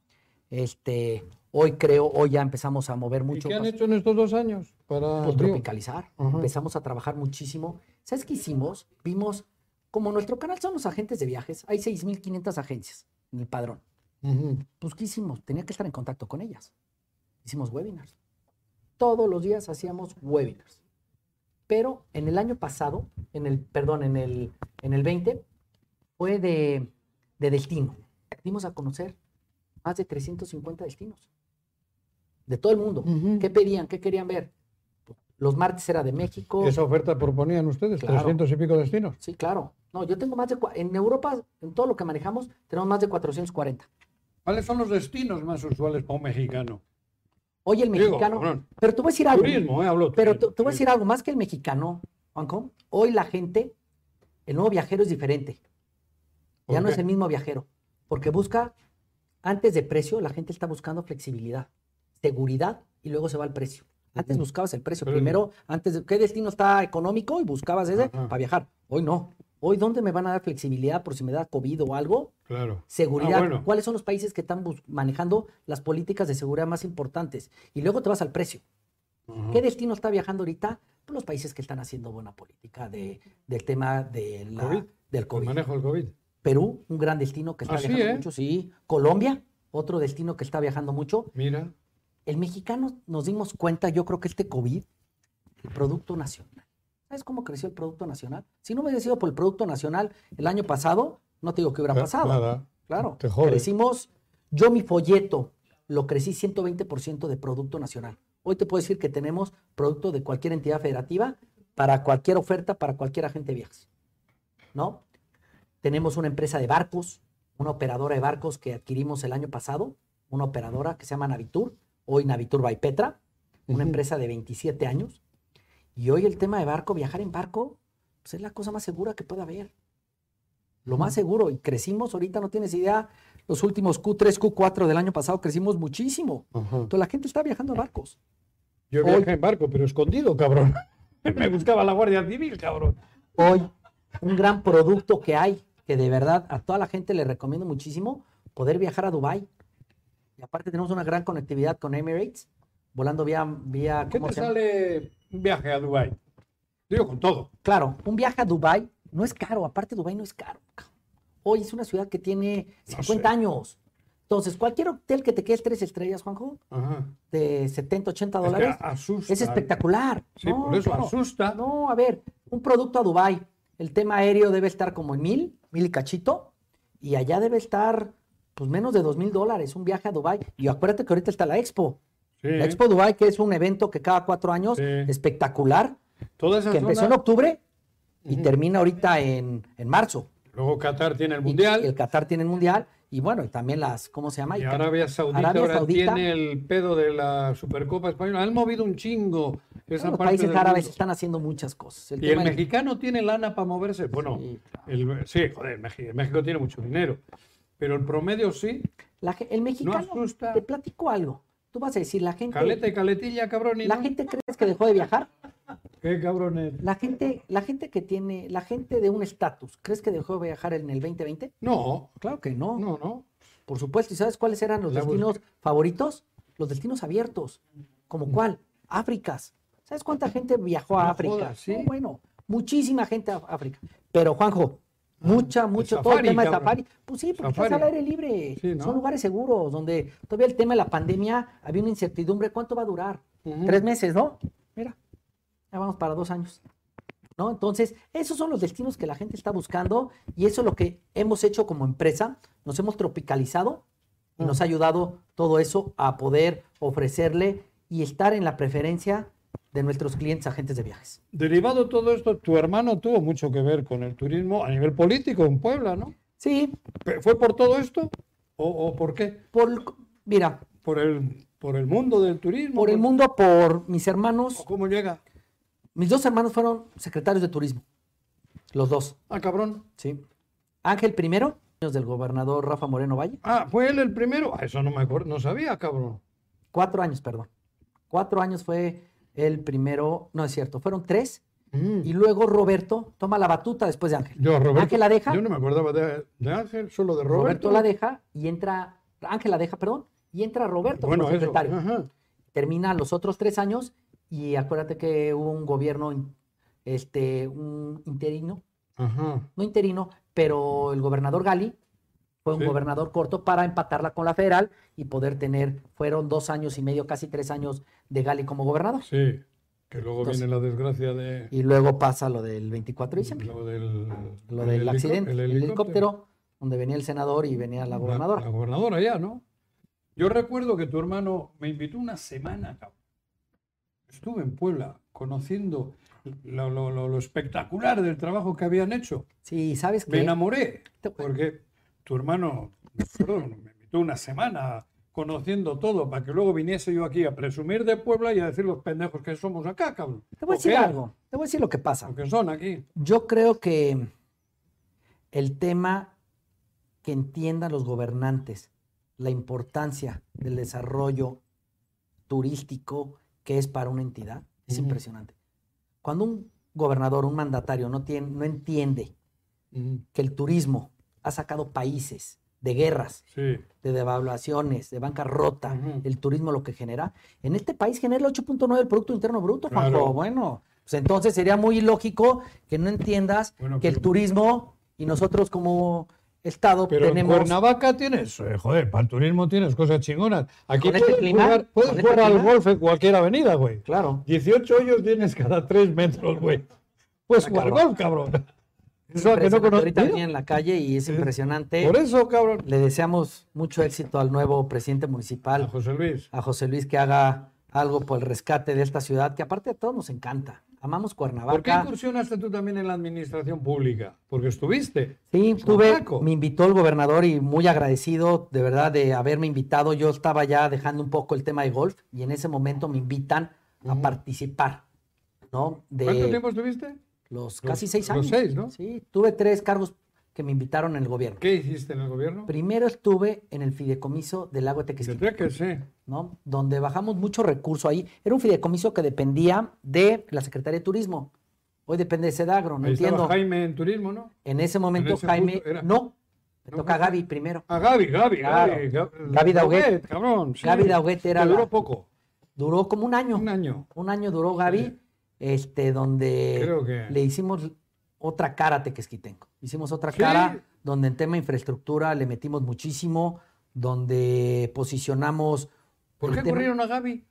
Speaker 2: Este, hoy creo, hoy ya empezamos a mover
Speaker 1: ¿Y
Speaker 2: mucho
Speaker 1: qué han
Speaker 2: pas-
Speaker 1: hecho Ah, en estos dos años? Para
Speaker 2: pues,
Speaker 1: digo,
Speaker 2: tropicalizar.
Speaker 1: Ajá.
Speaker 2: Empezamos a trabajar muchísimo. ¿Sabes qué hicimos? Vimos, como nuestro canal son los agentes de viajes, hay 6.500 agencias en el padrón.
Speaker 1: ujú,
Speaker 2: pues ¿qué hicimos? Tenía que estar en contacto con ellas. Hicimos webinars. Todos los días hacíamos webinars. Pero en el año pasado, en el, perdón, en el, en el 20, fue de, de destino. Dimos a conocer más de 350 destinos de todo el mundo.
Speaker 1: ujú.
Speaker 2: ¿Qué pedían? ¿Qué querían ver? Los martes era de México.
Speaker 1: Esa oferta proponían ustedes,
Speaker 2: Claro.
Speaker 1: 300 y pico destinos.
Speaker 2: Sí, claro. No, yo tengo más de... cua- En Europa, en todo lo que manejamos, tenemos más de 440.
Speaker 1: ¿Cuáles son los destinos más usuales para un mexicano?
Speaker 2: Hoy el
Speaker 1: Digo,
Speaker 2: mexicano...
Speaker 1: cabrón,
Speaker 2: pero tú voy a decir algo.
Speaker 1: turismo, eh, hablo.
Speaker 2: Pero te,
Speaker 1: turismo,
Speaker 2: te voy a decir algo, más que el mexicano, Juanco, hoy la gente, el nuevo viajero es diferente.
Speaker 1: ¿Por
Speaker 2: Ya no
Speaker 1: qué?
Speaker 2: es el mismo viajero, porque busca, antes de precio, la gente está buscando flexibilidad, seguridad y luego se va al precio. Antes
Speaker 1: Ujú.
Speaker 2: buscabas el precio
Speaker 1: Pero-
Speaker 2: primero, antes de qué destino está económico y buscabas ese
Speaker 1: Ajá.
Speaker 2: para viajar. Hoy no. Hoy, ¿dónde me van a dar flexibilidad por si me da COVID o algo?
Speaker 1: Claro.
Speaker 2: Seguridad.
Speaker 1: Ah, bueno.
Speaker 2: ¿Cuáles son los países que están bus- manejando las políticas de seguridad más importantes? Y luego te vas al precio.
Speaker 1: Ajá.
Speaker 2: ¿Qué destino está viajando ahorita? Pues los países que están haciendo buena política de, del tema de la-
Speaker 1: COVID.
Speaker 2: del
Speaker 1: El
Speaker 2: COVID.
Speaker 1: manejo del COVID.
Speaker 2: Perú, un gran destino que está
Speaker 1: Ah, sí,
Speaker 2: viajando
Speaker 1: ¿eh?
Speaker 2: mucho, sí. Colombia, otro destino que está viajando mucho.
Speaker 1: Mira.
Speaker 2: El mexicano nos dimos cuenta, yo creo que este COVID, el Producto Nacional. ¿Sabes cómo creció el Producto Nacional? Si no hubiera sido por el Producto Nacional el año pasado, no te digo que hubiera
Speaker 1: na-
Speaker 2: pasado.
Speaker 1: Nada.
Speaker 2: Claro.
Speaker 1: Te jode.
Speaker 2: Crecimos, yo mi folleto lo crecí 120% de Producto Nacional. Hoy te puedo decir que tenemos producto de cualquier entidad federativa para cualquier oferta, para cualquier agente de viajes. ¿No? Tenemos una empresa de barcos, una operadora de barcos que adquirimos el año pasado, una operadora que se llama Navitur, hoy Navitur by Petra, una
Speaker 1: Ujú.
Speaker 2: empresa de 27 años. Y hoy el tema de barco, viajar en barco, pues es la cosa más segura que puede haber. Lo más seguro. Y crecimos, ahorita no tienes idea, los últimos Q3, Q4 del año pasado crecimos muchísimo.
Speaker 1: Ajá.
Speaker 2: Entonces la gente está viajando en barcos.
Speaker 1: Yo
Speaker 2: Hoy-
Speaker 1: viajé en barco, pero escondido, cabrón. Me buscaba la Guardia Civil, cabrón.
Speaker 2: Hoy, un gran producto que hay, que de verdad a toda la gente le recomiendo muchísimo, poder viajar a Dubái. Y aparte tenemos una gran conectividad con Emirates, volando vía... vía
Speaker 1: ¿Qué
Speaker 2: ¿cómo
Speaker 1: te
Speaker 2: se llama?
Speaker 1: sale un viaje a Dubái? Digo, con todo.
Speaker 2: Claro, un viaje a Dubái no es caro, aparte Dubái no es caro. cabrón. Hoy es una ciudad que tiene
Speaker 1: No
Speaker 2: 50
Speaker 1: sé.
Speaker 2: años. Entonces, cualquier hotel que te quedes tres estrellas, Juanjo,
Speaker 1: Ajá.
Speaker 2: de 70, 80
Speaker 1: Es que
Speaker 2: dólares,
Speaker 1: asusta.
Speaker 2: es espectacular.
Speaker 1: Sí,
Speaker 2: No,
Speaker 1: por eso
Speaker 2: claro.
Speaker 1: asusta.
Speaker 2: No, a ver, un producto a Dubái, el tema aéreo debe estar como en mil, mil y cachito, y allá debe estar pues menos de dos mil dólares un viaje a Dubái. Y acuérdate que ahorita está la Expo.
Speaker 1: Sí.
Speaker 2: La Expo Dubái, que es un evento que cada cuatro años,
Speaker 1: Sí.
Speaker 2: espectacular,
Speaker 1: Toda esa
Speaker 2: que empezó en
Speaker 1: zona-
Speaker 2: octubre y
Speaker 1: Ujú.
Speaker 2: termina ahorita en, en marzo.
Speaker 1: Luego Qatar tiene el
Speaker 2: Y-
Speaker 1: Mundial.
Speaker 2: y el Qatar tiene el Mundial, y bueno, y también las, ¿cómo se llama?
Speaker 1: Y
Speaker 2: Y-
Speaker 1: Arabia Saudita
Speaker 2: Arabia
Speaker 1: ahora
Speaker 2: Saudita.
Speaker 1: tiene el pedo de la Supercopa Española. Han movido un chingo esa
Speaker 2: los
Speaker 1: parte
Speaker 2: países
Speaker 1: del
Speaker 2: árabes
Speaker 1: mundo.
Speaker 2: están haciendo muchas cosas.
Speaker 1: Y el
Speaker 2: tema del-
Speaker 1: mexicano tiene lana para moverse. Bueno,
Speaker 2: Sí,
Speaker 1: el- sí, joder, México, México tiene mucho dinero. Pero el promedio sí,
Speaker 2: La ge- el
Speaker 1: no
Speaker 2: mexicano,
Speaker 1: asusta.
Speaker 2: te platico algo. Tú vas a decir, la gente,
Speaker 1: Caleta y caletilla, cabrón. y
Speaker 2: la
Speaker 1: no.
Speaker 2: gente crees que dejó de viajar.
Speaker 1: Qué cabrones.
Speaker 2: La gente, la gente que tiene, la gente de un estatus, ¿crees que dejó de viajar en el 2020?
Speaker 1: No,
Speaker 2: Claro que no.
Speaker 1: no, no.
Speaker 2: Por supuesto. ¿Y sabes cuáles eran los
Speaker 1: La bus-
Speaker 2: destinos favoritos? Los destinos abiertos. ¿Como cuál? Áfricas. ¿Sabes cuánta gente viajó a
Speaker 1: Mm. No
Speaker 2: África?
Speaker 1: jodas, ¿sí?
Speaker 2: No, bueno, muchísima gente a África. Pero, Juanjo, mucha, mucho, todo
Speaker 1: Ah, safari,
Speaker 2: el tema de
Speaker 1: cabrón.
Speaker 2: safari. Pues sí, porque estás
Speaker 1: Safari.
Speaker 2: al aire libre.
Speaker 1: Sí, ¿no?
Speaker 2: Son lugares seguros, donde todavía el tema de la pandemia había una incertidumbre. ¿Cuánto va a durar?
Speaker 1: Ujú.
Speaker 2: Tres meses, ¿no? Mira, ya vamos para dos años. ¿No? Entonces, esos son los destinos que la gente está buscando y eso es lo que hemos hecho como empresa. Nos hemos tropicalizado Y nos ha ayudado todo eso a poder ofrecerle y estar en la preferencia de nuestros clientes agentes de viajes.
Speaker 1: Derivado todo esto, tu hermano tuvo mucho que ver con el turismo a nivel político en Puebla, ¿no?
Speaker 2: Sí,
Speaker 1: Pe- ¿Fue por todo esto? ¿O, o por qué?
Speaker 2: por, mira,
Speaker 1: ¿Por el, ¿Por el mundo del turismo?
Speaker 2: por el mundo, por mis hermanos.
Speaker 1: ¿O ¿Cómo llega?
Speaker 2: Mis dos hermanos fueron secretarios de turismo, los dos.
Speaker 1: Ah, cabrón.
Speaker 2: Sí. Ángel primero, del gobernador Rafa Moreno Valle.
Speaker 1: Ah, ¿fue él el primero? Ah, eso no me acuerdo, no sabía, cabrón.
Speaker 2: Cuatro años, perdón. Cuatro años fue el primero, no es cierto, fueron tres.
Speaker 1: Mm.
Speaker 2: Y luego Roberto toma la batuta después de Ángel.
Speaker 1: Yo, Roberto.
Speaker 2: Ángel ¿Ah, la deja.
Speaker 1: Yo no me acordaba de, de Ángel, solo de
Speaker 2: Roberto,
Speaker 1: Roberto.
Speaker 2: la deja y entra, Ángel la deja, perdón, y entra Roberto
Speaker 1: Bueno,
Speaker 2: como
Speaker 1: eso.
Speaker 2: secretario.
Speaker 1: ajá.
Speaker 2: Termina los otros tres años y acuérdate que hubo un gobierno, este, un interino,
Speaker 1: Ajá.
Speaker 2: no interino, pero el gobernador Gali fue un
Speaker 1: Sí.
Speaker 2: gobernador corto para empatarla con la federal y poder tener, fueron dos años y medio, casi tres años de Gali como gobernador.
Speaker 1: Sí. Que luego
Speaker 2: Entonces-
Speaker 1: viene la desgracia de.
Speaker 2: Y luego pasa lo del 24 de diciembre,
Speaker 1: Lo del,
Speaker 2: lo
Speaker 1: el
Speaker 2: del
Speaker 1: helicó-
Speaker 2: accidente, el helicóptero. donde venía el senador y venía la gobernadora.
Speaker 1: La, gobernadora ya, ¿no? Yo recuerdo que tu hermano me invitó una semana, cabrón. Estuve en Puebla conociendo lo, lo- lo- lo espectacular del trabajo que habían hecho.
Speaker 2: Sí, ¿sabes
Speaker 1: Me
Speaker 2: qué?
Speaker 1: enamoré,
Speaker 2: Te-
Speaker 1: porque tu hermano, me acuerdo, me invitó una semana conociendo todo para que luego viniese yo aquí a presumir de Puebla y a decir los pendejos que somos acá, cabrón.
Speaker 2: Te voy a
Speaker 1: O que
Speaker 2: decir
Speaker 1: eran,
Speaker 2: algo, te voy a decir lo que pasa.
Speaker 1: o que son aquí.
Speaker 2: Yo creo que el tema que entiendan los gobernantes, la importancia del desarrollo turístico que es para una entidad, es
Speaker 1: Ujú.
Speaker 2: impresionante. Cuando un gobernador, un mandatario no, tiene, no entiende que el turismo ha sacado países de guerras,
Speaker 1: Sí.
Speaker 2: de devaluaciones, de bancarrota,
Speaker 1: Ujú.
Speaker 2: el turismo lo que genera, en este país genera el 8.9 del Producto Interno Bruto, Juanjo.
Speaker 1: Claro.
Speaker 2: Bueno, pues entonces sería muy ilógico que no entiendas
Speaker 1: Bueno, pues,
Speaker 2: que el
Speaker 1: pero-
Speaker 2: turismo y nosotros como Estado
Speaker 1: Pero
Speaker 2: tenemos...
Speaker 1: en Cuernavaca tienes, eh, joder, para el turismo tienes cosas chingonas. Aquí
Speaker 2: Con este
Speaker 1: puedes
Speaker 2: clima,
Speaker 1: jugar, puedes
Speaker 2: con este
Speaker 1: jugar al
Speaker 2: clima.
Speaker 1: golf en cualquier avenida, güey.
Speaker 2: Claro.
Speaker 1: 18 hoyos tienes cada 3 metros, güey. Puedes
Speaker 2: Ah,
Speaker 1: jugar
Speaker 2: cabrón.
Speaker 1: golf, cabrón.
Speaker 2: es
Speaker 1: Eso a que no
Speaker 2: impresionante.
Speaker 1: conoz-
Speaker 2: Ahorita
Speaker 1: Mira,
Speaker 2: venía en la calle y es impresionante.
Speaker 1: Por eso, cabrón.
Speaker 2: Le deseamos mucho éxito al nuevo presidente
Speaker 1: A
Speaker 2: municipal,
Speaker 1: José Luis.
Speaker 2: a José Luis, que haga algo por el rescate de esta ciudad, que aparte a todos nos encanta. Amamos Cuernavaca.
Speaker 1: ¿Por qué incursionaste tú también en la administración pública? Porque estuviste.
Speaker 2: Sí,
Speaker 1: Pues,
Speaker 2: tuve,
Speaker 1: Paco.
Speaker 2: me invitó el gobernador y muy agradecido de verdad de haberme invitado. Yo estaba ya dejando un poco el tema de golf y en ese momento me invitan a
Speaker 1: Ujú.
Speaker 2: participar, ¿no? De
Speaker 1: ¿Cuánto tiempo estuviste?
Speaker 2: los casi seis
Speaker 1: los
Speaker 2: años.
Speaker 1: seis, ¿no?
Speaker 2: Sí, tuve tres cargos que me invitaron en el gobierno.
Speaker 1: ¿Qué hiciste en el gobierno?
Speaker 2: Primero estuve en el fideicomiso del lago de Tequisquiapan.
Speaker 1: Tendría que ser.
Speaker 2: ¿no? Donde bajamos mucho recurso ahí. Era un fideicomiso que dependía de la Secretaría de Turismo. Hoy depende de Sedagro, no
Speaker 1: Ahí
Speaker 2: entiendo.
Speaker 1: estaba Jaime en turismo, ¿no?
Speaker 2: En ese momento
Speaker 1: ese
Speaker 2: Jaime,
Speaker 1: punto era-
Speaker 2: no, me
Speaker 1: No,
Speaker 2: toca a
Speaker 1: Jaime.
Speaker 2: Gaby primero.
Speaker 1: A Ah, Gaby, Gaby,
Speaker 2: Claro.
Speaker 1: Gaby. Gab-
Speaker 2: Gaby Dauguet.
Speaker 1: cabrón. sí.
Speaker 2: Gaby Dauguet era
Speaker 1: Que duró
Speaker 2: la-
Speaker 1: poco.
Speaker 2: Duró como un año.
Speaker 1: Un año.
Speaker 2: Un año duró Gaby, este, donde
Speaker 1: Creo que-
Speaker 2: le hicimos otra cara a Tequesquitenco. Hicimos otra
Speaker 1: Sí.
Speaker 2: cara donde en tema infraestructura le metimos muchísimo, donde posicionamos.
Speaker 1: ¿Por
Speaker 2: el
Speaker 1: qué
Speaker 2: tema-
Speaker 1: corrieron a Gaby?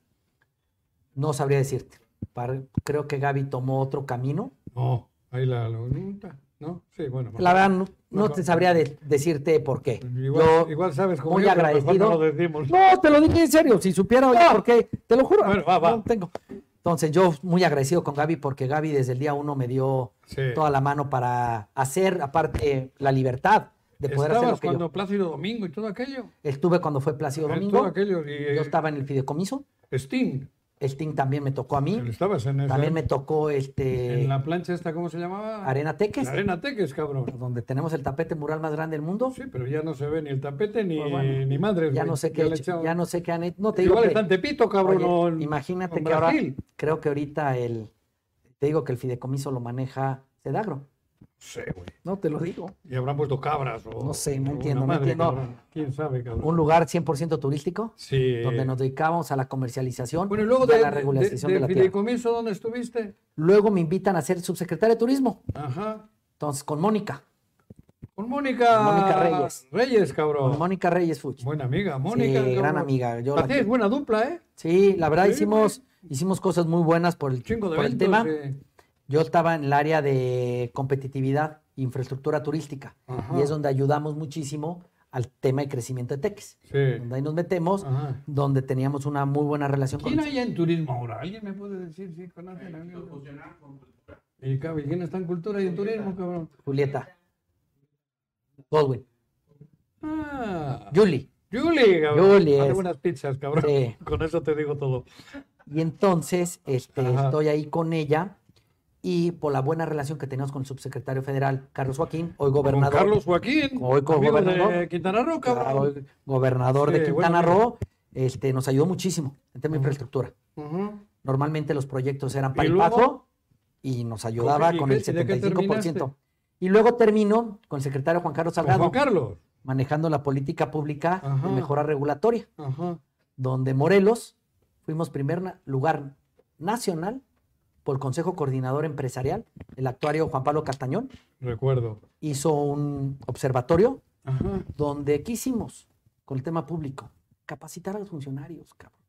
Speaker 2: No sabría decirte. Par- creo que Gaby tomó otro camino.
Speaker 1: No, ahí la la- nunca, ¿no, sí, bueno.
Speaker 2: La verdad, no, no
Speaker 1: Ajá.
Speaker 2: te sabría de- decirte por qué.
Speaker 1: igual,
Speaker 2: Yo-
Speaker 1: igual sabes cómo
Speaker 2: muy
Speaker 1: yo, pero mejor
Speaker 2: agradecido.
Speaker 1: No lo decimos.
Speaker 2: No, te lo dije en serio. Si supiera oye, por qué, te lo juro.
Speaker 1: Bueno, va, va.
Speaker 2: No tengo. Entonces, yo muy agradecido con Gaby porque Gaby desde el día uno me dio
Speaker 1: Sí.
Speaker 2: toda la mano para hacer, aparte, la libertad de poder hacer
Speaker 1: Estabas
Speaker 2: lo que
Speaker 1: cuando
Speaker 2: yo.
Speaker 1: Plácido Domingo y todo aquello.
Speaker 2: Estuve cuando fue Plácido
Speaker 1: Eh,
Speaker 2: Domingo.
Speaker 1: Todo aquello. Y, eh,
Speaker 2: Yo estaba en el fideicomiso.
Speaker 1: Sting.
Speaker 2: El team también me tocó a mí.
Speaker 1: Estabas en, esa-
Speaker 2: También me tocó este
Speaker 1: en la plancha esta, ¿cómo se llamaba?
Speaker 2: Arena
Speaker 1: La
Speaker 2: Teques,
Speaker 1: Arena Teques, cabrón.
Speaker 2: donde tenemos el tapete mural más grande del mundo.
Speaker 1: Sí, pero ya no se ve ni el tapete ni,
Speaker 2: Pues bueno,
Speaker 1: ni madre.
Speaker 2: Ya no sé qué,
Speaker 1: le
Speaker 2: he hecho-
Speaker 1: echaron-
Speaker 2: ya no sé qué han hecho. No te digo
Speaker 1: Igual
Speaker 2: que-
Speaker 1: está en Tepito, cabrón.
Speaker 2: Oye,
Speaker 1: o en-
Speaker 2: imagínate
Speaker 1: en
Speaker 2: que ahora,
Speaker 1: Brasil.
Speaker 2: creo que ahorita el, te digo que el fideicomiso lo maneja Sedagro.
Speaker 1: Sí, güey.
Speaker 2: No te lo digo.
Speaker 1: Y habrán puesto cabras o.
Speaker 2: No sé, no
Speaker 1: o una
Speaker 2: entiendo, no entiendo.
Speaker 1: cabrón. ¿Quién sabe, cabrón?
Speaker 2: Un lugar 100% turístico
Speaker 1: Sí.
Speaker 2: donde nos dedicamos a la comercialización
Speaker 1: Bueno, y luego
Speaker 2: y a
Speaker 1: de,
Speaker 2: la regularización
Speaker 1: de-
Speaker 2: de,
Speaker 1: del
Speaker 2: la tierra.
Speaker 1: fideicomiso, ¿dónde estuviste?
Speaker 2: Luego me invitan a ser subsecretario de turismo.
Speaker 1: Ajá.
Speaker 2: Entonces, con Mónica,
Speaker 1: Con Mónica.
Speaker 2: Con Mónica Reyes.
Speaker 1: Reyes, cabrón.
Speaker 2: con Mónica Reyes Fuch.
Speaker 1: Buena amiga, Oh. Mónica.
Speaker 2: Sí,
Speaker 1: cabrón.
Speaker 2: gran amiga. Yo la-
Speaker 1: Hacéis buena dupla, ¿eh?
Speaker 2: sí, la verdad
Speaker 1: Sí,
Speaker 2: hicimos, hicimos cosas muy buenas por el,
Speaker 1: Chingo de
Speaker 2: por el
Speaker 1: eventos,
Speaker 2: tema.
Speaker 1: eh.
Speaker 2: Yo estaba en el área de competitividad, infraestructura turística,
Speaker 1: Ajá.
Speaker 2: y es donde ayudamos muchísimo al tema de crecimiento de Teques,
Speaker 1: Sí.
Speaker 2: donde ahí nos metemos,
Speaker 1: Ajá.
Speaker 2: donde teníamos una muy buena relación con
Speaker 1: ¿Quién hay en turismo ahora? ¿Alguien me puede decir si conocen a alguien? ¿Y cabe, quién está en cultura y en turismo, cabrón?
Speaker 2: Julieta Godwin,
Speaker 1: Ah,
Speaker 2: Julie.
Speaker 1: Julie, cabrón.
Speaker 2: Julie
Speaker 1: Hace
Speaker 2: es-
Speaker 1: buenas pizzas, cabrón.
Speaker 2: Sí.
Speaker 1: Con eso te digo todo.
Speaker 2: Y entonces este,
Speaker 1: Ajá.
Speaker 2: estoy ahí con ella y por la buena relación que teníamos con el subsecretario federal Carlos Joaquín, hoy
Speaker 1: Con
Speaker 2: gobernador,
Speaker 1: Carlos Joaquín.
Speaker 2: Hoy como
Speaker 1: amigo de
Speaker 2: gobernador.
Speaker 1: Quintana Roo,
Speaker 2: ah,
Speaker 1: cabrón.
Speaker 2: hoy gobernador de
Speaker 1: Sí,
Speaker 2: Quintana
Speaker 1: bueno, mira.
Speaker 2: Roo, este, nos ayudó muchísimo en temas de
Speaker 1: Ujú.
Speaker 2: infraestructura.
Speaker 1: Ujú.
Speaker 2: Normalmente los proyectos eran para
Speaker 1: ¿Y
Speaker 2: el
Speaker 1: luego?
Speaker 2: paso y nos ayudaba
Speaker 1: ¿y
Speaker 2: con
Speaker 1: qué-
Speaker 2: el
Speaker 1: y de qué
Speaker 2: 75%.
Speaker 1: terminaste?
Speaker 2: Y luego terminó con el secretario Juan Carlos
Speaker 1: Con Juan
Speaker 2: Salgado,
Speaker 1: Carlos.
Speaker 2: manejando la política pública
Speaker 1: Ajá.
Speaker 2: de mejora regulatoria,
Speaker 1: Ajá.
Speaker 2: donde Morelos fuimos primer na- lugar nacional por el Consejo Coordinador Empresarial. El actuario Juan Pablo Castañón
Speaker 1: Recuerdo.
Speaker 2: hizo un observatorio
Speaker 1: Ajá.
Speaker 2: donde quisimos con el tema público capacitar a los funcionarios, cabrón,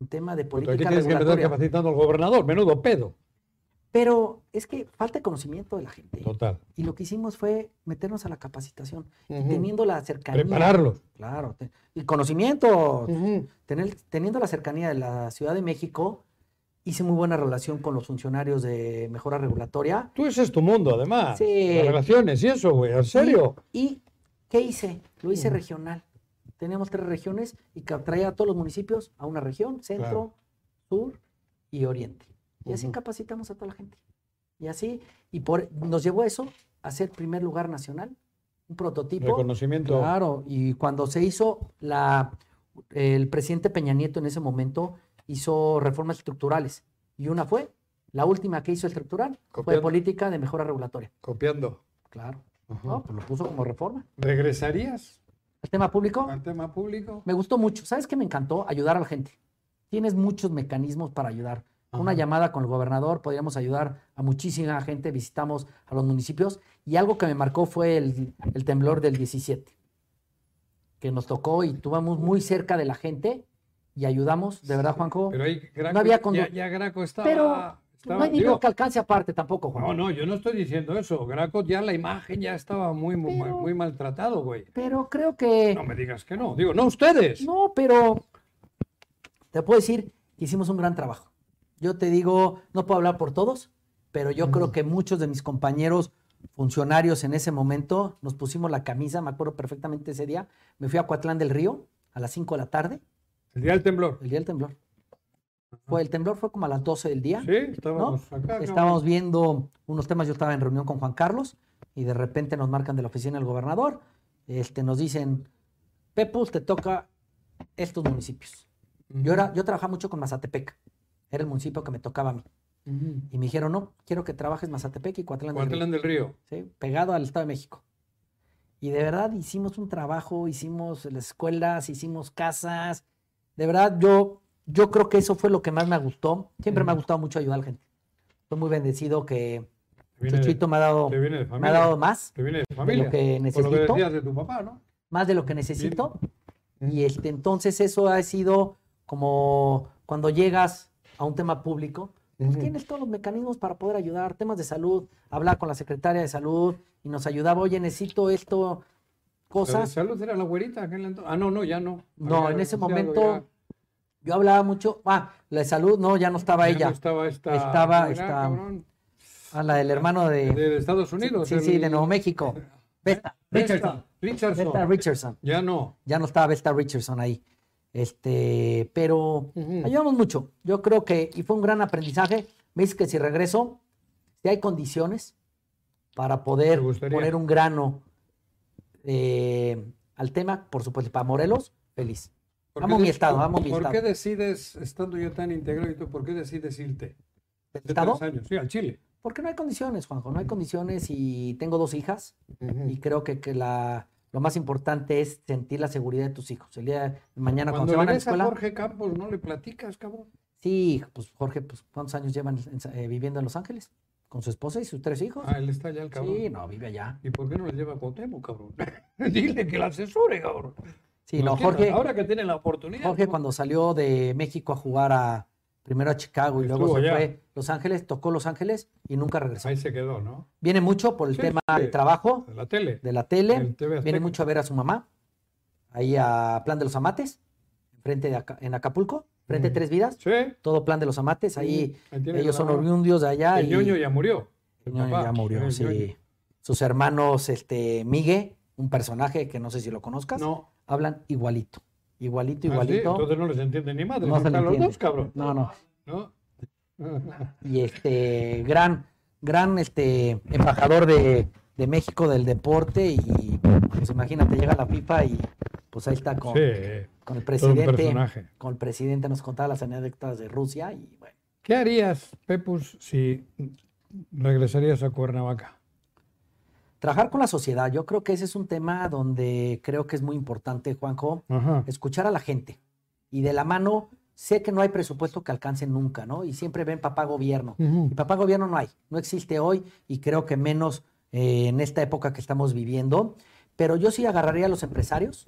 Speaker 2: en tema de
Speaker 1: Pero aquí
Speaker 2: política
Speaker 1: tienes que empezar
Speaker 2: regulatoria.
Speaker 1: capacitando al gobernador. Menudo pedo.
Speaker 2: Pero es que falta conocimiento de la gente.
Speaker 1: Total.
Speaker 2: Y lo que hicimos fue meternos a la capacitación,
Speaker 1: Ujú.
Speaker 2: teniendo la cercanía.
Speaker 1: Prepararlos.
Speaker 2: Claro, te- y conocimiento,
Speaker 1: Ujú.
Speaker 2: tener- teniendo la cercanía de la Ciudad de México, hice muy buena relación con los funcionarios de mejora regulatoria.
Speaker 1: Tú ese es tu mundo, además.
Speaker 2: Sí.
Speaker 1: Las relaciones y eso, güey. ¿En serio?
Speaker 2: ¿Y, y qué hice? Lo hice
Speaker 1: Ujú.
Speaker 2: regional. Tenemos tres regiones y que atraía a todos los municipios a una región, centro, sur y oriente. Y así
Speaker 1: Ujú.
Speaker 2: capacitamos a toda la gente. Y así, y por, nos llevó eso a ser primer lugar nacional, un prototipo.
Speaker 1: Reconocimiento.
Speaker 2: Claro, y cuando se hizo la, el presidente Peña Nieto en ese momento hizo reformas estructurales y una fue, la última que hizo estructural fue
Speaker 1: Copiando.
Speaker 2: de política de mejora regulatoria.
Speaker 1: Copiando.
Speaker 2: Claro,
Speaker 1: Ajá.
Speaker 2: ¿no? Pues lo puso como reforma.
Speaker 1: ¿Regresarías
Speaker 2: El tema público
Speaker 1: al tema público?
Speaker 2: me gustó mucho. ¿Sabes qué me encantó? Ayudar a la gente. Tienes muchos mecanismos para ayudar. Una
Speaker 1: Ajá.
Speaker 2: llamada con el gobernador, podríamos ayudar a muchísima gente, visitamos a los municipios y algo que me marcó fue el, el temblor del 17, que nos tocó y estuvimos muy cerca de la gente y ayudamos, de verdad, Juanjo.
Speaker 1: Pero ahí Graco,
Speaker 2: No había
Speaker 1: ya,
Speaker 2: condu-
Speaker 1: ya Graco estaba...
Speaker 2: Pero
Speaker 1: estaba-
Speaker 2: no hay dinero
Speaker 1: digo,
Speaker 2: que alcance aparte tampoco, Juanjo.
Speaker 1: No, no, yo no estoy diciendo eso. Graco ya la imagen ya estaba muy, muy,
Speaker 2: Pero-
Speaker 1: muy maltratado, güey.
Speaker 2: Pero creo que...
Speaker 1: No me digas que no. Digo, no ustedes.
Speaker 2: No, pero te puedo decir que hicimos un gran trabajo. Yo te digo, no puedo hablar por todos, pero yo creo que muchos de mis compañeros funcionarios en ese momento nos pusimos la camisa, me acuerdo perfectamente ese día, me fui a Coatlán del Río a las 5 de la tarde,
Speaker 1: El día del temblor.
Speaker 2: el día del temblor. Fue, el temblor fue como a las 12 del día.
Speaker 1: Sí, estábamos acá. cabrón.
Speaker 2: Estábamos viendo unos temas, yo estaba en reunión con Juan Carlos y de repente nos marcan de la oficina del gobernador, este, nos dicen, Pepus, te toca estos municipios. Yo, era, yo trabajaba mucho con Mazatepec, era el municipio que me tocaba a mí.
Speaker 1: Ujú.
Speaker 2: Y me dijeron, no, quiero que trabajes Mazatepec y Coatlán del Río",
Speaker 1: Cuatlán del Río.
Speaker 2: ¿sí? pegado al Estado de México. Y de verdad hicimos un trabajo, hicimos las escuelas, hicimos casas. De verdad, yo, yo creo que eso fue lo que más me gustó. Siempre me ha
Speaker 1: Ujú.
Speaker 2: gustado mucho ayudar a la gente. Estoy muy bendecido que,
Speaker 1: Te viene de-
Speaker 2: Chuchito me ha dado,
Speaker 1: te viene de
Speaker 2: me ha
Speaker 1: familia.
Speaker 2: dado más
Speaker 1: Te viene de
Speaker 2: de
Speaker 1: familia.
Speaker 2: lo que
Speaker 1: Por lo que
Speaker 2: necesito,
Speaker 1: decías de tu papá, ¿no?
Speaker 2: más de lo que necesito.
Speaker 1: Bien.
Speaker 2: Y este, entonces eso ha sido como cuando llegas a un tema público, pues
Speaker 1: Ujú.
Speaker 2: tienes todos los mecanismos para poder ayudar, temas de salud, hablar con la secretaria de salud y nos ayudaba, oye, necesito esto,
Speaker 1: La de
Speaker 2: cosas.
Speaker 1: salud era la güerita aquel entonces. Ah, no, no, ya no.
Speaker 2: No,
Speaker 1: Había
Speaker 2: en ese
Speaker 1: renunciado
Speaker 2: momento
Speaker 1: ya.
Speaker 2: yo hablaba mucho, ah, la de salud, no, ya no estaba
Speaker 1: eh. Ya no
Speaker 2: ella,
Speaker 1: Estaba esta.
Speaker 2: Estaba
Speaker 1: ¿cómo era,
Speaker 2: esta-
Speaker 1: cabrón?
Speaker 2: a la del hermano de,
Speaker 1: De Estados Unidos.
Speaker 2: sí,
Speaker 1: el-
Speaker 2: sí, de Nuevo México, Vesta
Speaker 1: Vesta-
Speaker 2: Richardson,
Speaker 1: Richardson.
Speaker 2: Vesta Richardson.
Speaker 1: Ya no.
Speaker 2: ya no estaba Vesta Richardson ahí. Este, pero
Speaker 1: Ujú.
Speaker 2: ayudamos mucho. Yo creo que, y fue un gran aprendizaje. Me dice que si regreso, si hay condiciones para poder
Speaker 1: Me gustaría.
Speaker 2: poner un grano eh, al tema, por supuesto, para Morelos, feliz.
Speaker 1: ¿Por
Speaker 2: Amo
Speaker 1: qué
Speaker 2: mi
Speaker 1: de-
Speaker 2: estado, amo mi
Speaker 1: ¿Por
Speaker 2: estado.
Speaker 1: qué decides, estando yo tan integrado y tú, por qué decides irte?
Speaker 2: ¿Del
Speaker 1: De
Speaker 2: estado?
Speaker 1: tres años, sí, al Chile.
Speaker 2: Porque no hay condiciones, Juanjo,
Speaker 1: Mm.
Speaker 2: no hay condiciones y tengo dos hijas. Y creo que, que la, lo más importante es sentir la seguridad de tus hijos. El día de mañana
Speaker 1: Cuando
Speaker 2: cuando, se van a la
Speaker 1: regresa
Speaker 2: escuela.
Speaker 1: Jorge Campos, no le platicas, cabrón.
Speaker 2: Sí, pues Jorge, pues ¿cuántos años llevan en Sa- eh, viviendo en Los Ángeles? Con su esposa y sus tres hijos.
Speaker 1: Ah, él está ya el cabrón.
Speaker 2: sí, no, vive allá.
Speaker 1: ¿Y por qué no le lleva a Cuauhtémoc, cabrón? Dile que la asesore, cabrón.
Speaker 2: Sí, no,
Speaker 1: Lo
Speaker 2: Jorge,
Speaker 1: entiendo, Ahora que tiene la oportunidad.
Speaker 2: Jorge
Speaker 1: ¿no?
Speaker 2: cuando salió de México a jugar a primero a Chicago y luego
Speaker 1: Estuvo
Speaker 2: se
Speaker 1: allá.
Speaker 2: fue a Los Ángeles, tocó Los Ángeles y nunca regresó.
Speaker 1: Ahí se quedó, ¿no?
Speaker 2: Viene mucho por el
Speaker 1: Sí,
Speaker 2: tema
Speaker 1: sí.
Speaker 2: de trabajo,
Speaker 1: En la tele.
Speaker 2: de la
Speaker 1: en
Speaker 2: tele,
Speaker 1: el TV
Speaker 2: viene
Speaker 1: Azteca.
Speaker 2: mucho a ver a su mamá, ahí a Plan de los Amates, frente de Aca- en Acapulco, frente
Speaker 1: Mm.
Speaker 2: a Tres Vidas,
Speaker 1: Sí.
Speaker 2: todo Plan de los Amates, Pues ahí
Speaker 1: ahí tiene
Speaker 2: ellos
Speaker 1: la
Speaker 2: son
Speaker 1: mano.
Speaker 2: oriundios de allá.
Speaker 1: El
Speaker 2: y-
Speaker 1: ñoño ya murió.
Speaker 2: el ñoño
Speaker 1: papá,
Speaker 2: ya murió,
Speaker 1: el
Speaker 2: sí.
Speaker 1: ñoño.
Speaker 2: Sus hermanos, este, Migue, un personaje que no sé si lo conozcas,
Speaker 1: No.
Speaker 2: hablan igualito, igualito,
Speaker 1: Ah, sí,
Speaker 2: igualito.
Speaker 1: Entonces no les entiende ni madre.
Speaker 2: No
Speaker 1: No
Speaker 2: se le
Speaker 1: están los
Speaker 2: entiende.
Speaker 1: dos, cabrón.
Speaker 2: No, no.
Speaker 1: ¿No?
Speaker 2: y este gran, gran este embajador de, de México del deporte y pues imagínate, llega la pipa y pues ahí está con,
Speaker 1: Sí, eh,
Speaker 2: con el
Speaker 1: todo un
Speaker 2: presidente.
Speaker 1: personaje.
Speaker 2: Con el presidente nos contaba las anécdotas de Rusia y bueno,
Speaker 1: ¿Qué harías, Pepus, si regresarías a Cuernavaca?
Speaker 2: trabajar con la sociedad, yo creo que ese es un tema donde creo que es muy importante, Juanjo,
Speaker 1: Ajá.
Speaker 2: escuchar a la gente. Y de la mano, sé que no hay presupuesto que alcance nunca, ¿no? Y siempre ven papá gobierno.
Speaker 1: Ujú.
Speaker 2: Y papá gobierno no hay, no existe hoy y creo que menos eh, en esta época que estamos viviendo. Pero yo sí agarraría a los empresarios,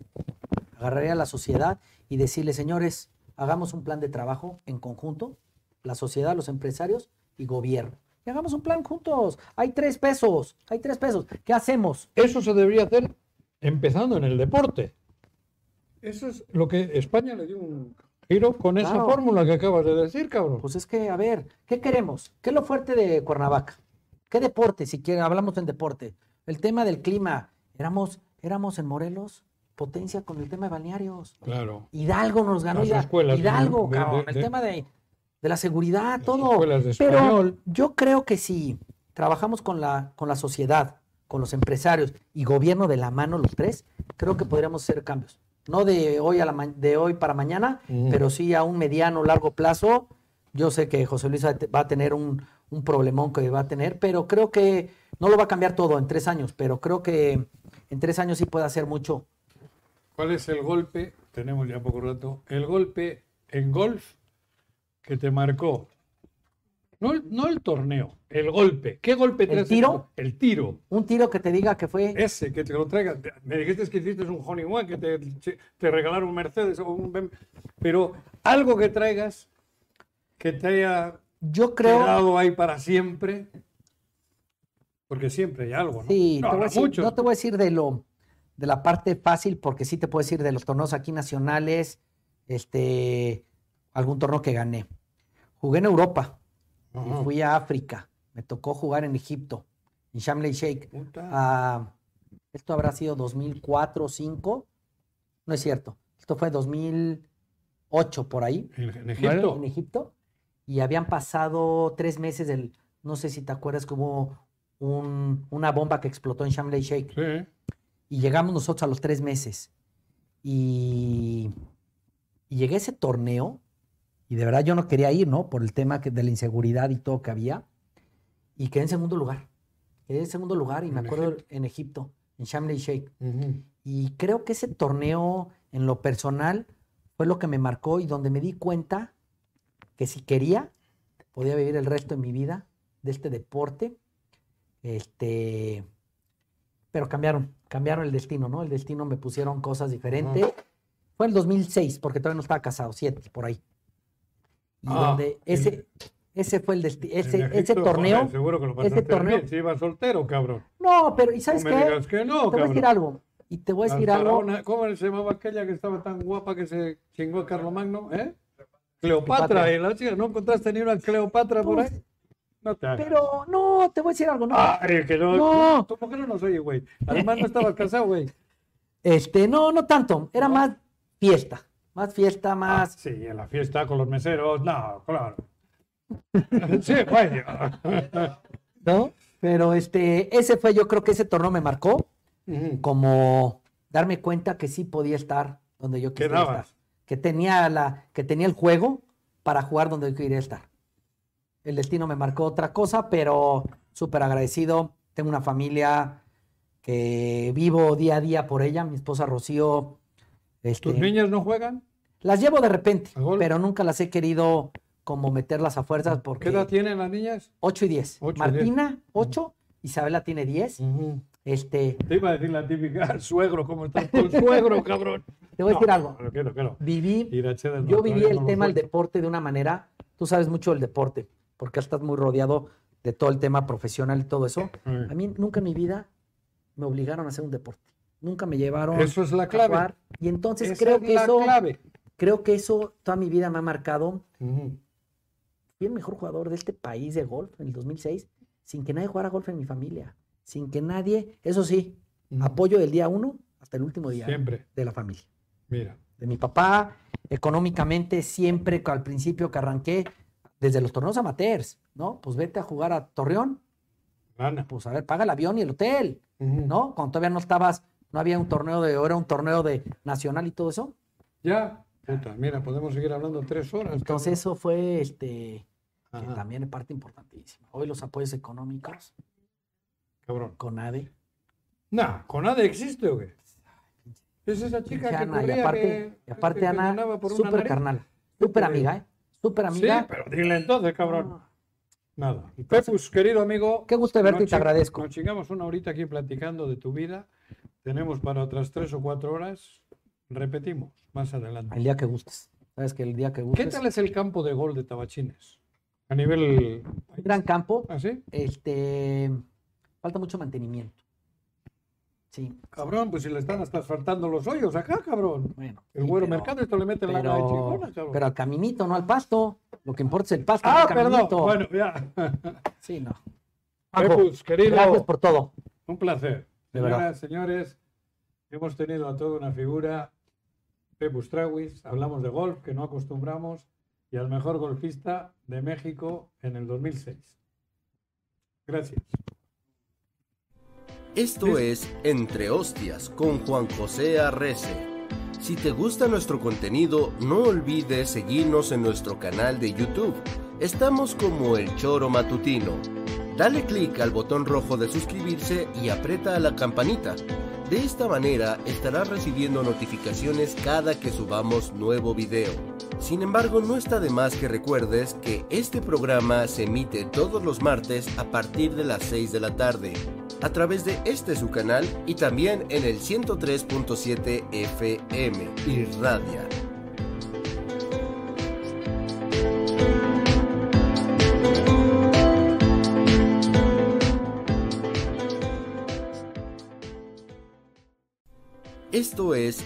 Speaker 2: agarraría a la sociedad y decirle, señores, hagamos un plan de trabajo en conjunto, la sociedad, los empresarios y gobierno. Y hagamos un plan juntos. Hay tres pesos, hay tres pesos. ¿Qué hacemos?
Speaker 1: Eso se debería hacer empezando en el deporte. Eso es lo que España le dio un giro con esa
Speaker 2: Claro.
Speaker 1: fórmula que acabas de decir, cabrón.
Speaker 2: Pues es que, a ver, ¿qué queremos? ¿Qué es lo fuerte de Cuernavaca? ¿Qué deporte? Si quieren, hablamos en deporte. El tema del clima. Éramos, éramos en Morelos potencia con el tema de balnearios.
Speaker 1: claro.
Speaker 2: Hidalgo nos ganó.
Speaker 1: Las
Speaker 2: Hida-
Speaker 1: escuelas,
Speaker 2: Hidalgo,
Speaker 1: de- de-
Speaker 2: cabrón.
Speaker 1: de-
Speaker 2: el tema de, de la seguridad,
Speaker 1: Las
Speaker 2: todo.
Speaker 1: escuelas de
Speaker 2: Pero
Speaker 1: español.
Speaker 2: yo creo que si trabajamos con la, con la sociedad, con los empresarios y gobierno de la mano los tres, creo que podríamos hacer cambios. No de hoy, a la ma- de hoy para mañana,
Speaker 1: Ujú.
Speaker 2: pero sí a un mediano, largo plazo. Yo sé que José Luis va a te- va a tener un, un problemón que va a tener, pero creo que no lo va a cambiar todo en tres años, pero creo que en tres años sí puede hacer mucho.
Speaker 1: ¿Cuál es el golpe? Tenemos ya poco rato. El golpe en golf que te marcó. No, el- no el torneo, el golpe. ¿Qué golpe te
Speaker 2: ¿El
Speaker 1: hace-
Speaker 2: tiro?
Speaker 1: El tiro.
Speaker 2: Un tiro que te diga que fue
Speaker 1: Ese, que te lo traiga. Te- Me dijiste que hiciste un honey one, que te, te regalaron un Mercedes o un BM, Pero algo que traigas que te haya
Speaker 2: Yo creo.
Speaker 1: quedado ahí para siempre. Porque siempre hay algo, ¿no?
Speaker 2: Sí,
Speaker 1: No,
Speaker 2: te voy a
Speaker 1: habrá
Speaker 2: decir-
Speaker 1: muchos.
Speaker 2: no te voy a decir de lo de la parte fácil, porque sí te puedo decir de los torneos aquí nacionales, este, algún torneo que gané. Jugué en Europa, y
Speaker 1: Ajá.
Speaker 2: fui a África, me tocó jugar en Egipto, en Sharm el Sheikh.
Speaker 1: Puta.
Speaker 2: Ah, esto habrá sido 2004, 2005, no es cierto, esto fue 2008 por ahí.
Speaker 1: En, en
Speaker 2: ¿vale?
Speaker 1: Egipto.
Speaker 2: en Egipto y habían pasado tres meses del, no sé si te acuerdas, que hubo un- una bomba que explotó en Shamley Shake
Speaker 1: Sí.
Speaker 2: y llegamos nosotros a los tres meses y, y llegué a ese torneo y de verdad yo no quería ir, ¿no? Por el tema que, de la inseguridad y todo que había y quedé en segundo lugar, quedé en segundo lugar y me
Speaker 1: En
Speaker 2: acuerdo
Speaker 1: Egipto.
Speaker 2: en Egipto, en Shamley Shake
Speaker 1: Ujú.
Speaker 2: y creo que ese torneo, en lo personal, fue lo que me marcó y donde me di cuenta que si quería, podía vivir el resto de mi vida de este deporte. Este, pero cambiaron, cambiaron el destino, ¿no? El destino me pusieron cosas diferentes. Fue el 2006, porque todavía no estaba casado, siete, por ahí. Y
Speaker 1: Ah,
Speaker 2: donde ese, ese fue el destino, ese,
Speaker 1: En
Speaker 2: ese
Speaker 1: Egipto,
Speaker 2: torneo.
Speaker 1: joder, seguro que lo pasaste
Speaker 2: torneo-
Speaker 1: bien, si ibas soltero, cabrón.
Speaker 2: No, pero ¿y sabes
Speaker 1: no
Speaker 2: qué?
Speaker 1: me
Speaker 2: Te
Speaker 1: digas que no,
Speaker 2: voy a
Speaker 1: cabrón.
Speaker 2: decir algo. Y te voy a decir
Speaker 1: La
Speaker 2: algo.
Speaker 1: faraona- ¿Cómo se llamaba aquella que estaba tan guapa que se chingó a Carlomagno? ¿Eh? Cleopatra,
Speaker 2: Cleopatra.
Speaker 1: y la chica, ¿no encontraste ni una Cleopatra por
Speaker 2: Pues,
Speaker 1: ahí? No te hagas.
Speaker 2: Pero no, te voy a decir algo, no.
Speaker 1: Ay, que no.
Speaker 2: No.
Speaker 1: ¿Cómo que no nos oye, güey? Además, no estabas casado, güey.
Speaker 2: Este, no, no tanto. Era
Speaker 1: ¿No?
Speaker 2: más fiesta. Más fiesta,
Speaker 1: Ah,
Speaker 2: más.
Speaker 1: sí, en la fiesta con los meseros. No, claro. sí, güey. Ah,
Speaker 2: ¿No? Pero este, ese fue, yo creo que ese torneo me marcó
Speaker 1: Ujú.
Speaker 2: como darme cuenta que sí podía estar donde yo quisiera
Speaker 1: Quedabas.
Speaker 2: estar. Que tenía la, que tenía el juego para jugar donde yo quería estar. El destino me marcó otra cosa, pero súper agradecido. Tengo una familia que vivo día a día por ella. Mi esposa Rocío.
Speaker 1: ¿Tus
Speaker 2: este,
Speaker 1: niñas no juegan?
Speaker 2: Las llevo de repente,
Speaker 1: ¿A gol?
Speaker 2: pero nunca las he querido como meterlas a fuerzas
Speaker 1: ¿Qué edad
Speaker 2: porque
Speaker 1: tienen las niñas?
Speaker 2: 8 y 10.
Speaker 1: Ocho y
Speaker 2: Martina, 8, Isabela tiene 10. Este,
Speaker 1: Te iba a decir la típica, suegro, ¿cómo estás con suegro, cabrón?
Speaker 2: te voy a decir
Speaker 1: No,
Speaker 2: algo.
Speaker 1: Pero quiero, quiero.
Speaker 2: Viví,
Speaker 1: Ir a Cheddar, no,
Speaker 2: yo viví
Speaker 1: todavía no
Speaker 2: el
Speaker 1: lo
Speaker 2: tema del
Speaker 1: suelto.
Speaker 2: deporte de una manera, tú sabes mucho del deporte, porque estás muy rodeado de todo el tema profesional y todo eso.
Speaker 1: Sí.
Speaker 2: A mí nunca en mi vida me obligaron a hacer un deporte. Nunca me llevaron
Speaker 1: Eso es la
Speaker 2: a
Speaker 1: clave.
Speaker 2: jugar. Y entonces
Speaker 1: Esa
Speaker 2: creo
Speaker 1: es
Speaker 2: que
Speaker 1: la
Speaker 2: eso,
Speaker 1: clave.
Speaker 2: creo que eso toda mi vida me ha marcado.
Speaker 1: Ujú.
Speaker 2: Fui el mejor jugador de este país de golf en el 2006, sin que nadie jugara golf en mi familia, sin que nadie, eso sí,
Speaker 1: Ujú.
Speaker 2: apoyo del día uno hasta el último día
Speaker 1: Mm. Siempre,
Speaker 2: de la familia.
Speaker 1: mira.
Speaker 2: de mi papá, económicamente, siempre que al principio que arranqué, desde los torneos amateurs, ¿no? Pues vete a jugar a Torreón,
Speaker 1: Gana.
Speaker 2: pues a ver, paga el avión y el hotel,
Speaker 1: Ujú.
Speaker 2: ¿no? Cuando todavía no estabas, no había un torneo de, o era un torneo de nacional y todo eso.
Speaker 1: Ya. Puta, mira, podemos seguir hablando tres horas.
Speaker 2: Entonces eso fue, este, que
Speaker 1: cabrón. Ajá,
Speaker 2: también es parte importantísima. Hoy los apoyos económicos,
Speaker 1: cabrón.
Speaker 2: CONADE,
Speaker 1: Nah, ¿Conade existe o qué? Es esa chica que
Speaker 2: Ana, y
Speaker 1: corría
Speaker 2: aparte,
Speaker 1: que-
Speaker 2: y aparte
Speaker 1: que
Speaker 2: Ana,
Speaker 1: ganaba por una
Speaker 2: súper
Speaker 1: nariz.
Speaker 2: carnal, súper amiga, ¿eh? Súper
Speaker 1: Sí,
Speaker 2: amiga.
Speaker 1: pero dile entonces, cabrón.
Speaker 2: Ah,
Speaker 1: Nada.
Speaker 2: Entonces-
Speaker 1: Pepus, querido amigo.
Speaker 2: Qué gusto verte y
Speaker 1: nos chi-
Speaker 2: te agradezco.
Speaker 1: Nos chingamos una horita aquí platicando de tu vida. Tenemos para otras tres o cuatro horas. Repetimos, más adelante.
Speaker 2: El día que gustes. Sabes que el día que
Speaker 1: ¿Qué
Speaker 2: gustes.
Speaker 1: tal es el campo de gol de Tabachines? A nivel. ¿Ah,
Speaker 2: Un gran campo.
Speaker 1: ¿Así?
Speaker 2: Este, falta mucho mantenimiento. Sí,
Speaker 1: Cabrón, pues si le están hasta asfaltando los hoyos acá, cabrón.
Speaker 2: bueno.
Speaker 1: El
Speaker 2: sí,
Speaker 1: güero
Speaker 2: pero-
Speaker 1: mercado, esto le mete la
Speaker 2: pero,
Speaker 1: gana de chingona, cabrón.
Speaker 2: pero al caminito, no al pasto. Lo que importa es el pasto. no
Speaker 1: ah,
Speaker 2: el
Speaker 1: perdón.
Speaker 2: caminito.
Speaker 1: Bueno, ya.
Speaker 2: Sí, no. Juanjo,
Speaker 1: Pepus, querido.
Speaker 2: gracias por todo.
Speaker 1: Un placer.
Speaker 2: De verdad.
Speaker 1: Señoras, señores, hemos tenido a toda una figura, Pepus Trawis, hablamos de golf, que no acostumbramos, y al mejor golfista de México en el 2006. Gracias.
Speaker 3: Esto es Entre Hostias con Juan José Arrece. Si te gusta nuestro contenido, no olvides seguirnos en nuestro canal de YouTube. Estamos como El Choro Matutino. Dale clic al botón rojo de suscribirse y aprieta la campanita. De esta manera estarás recibiendo notificaciones cada que subamos nuevo video. Sin embargo, no está de más que recuerdes que este programa se emite todos los martes a partir de las 6 de la tarde a través de este su canal y también en el 103.7 FM Irradia. Esto es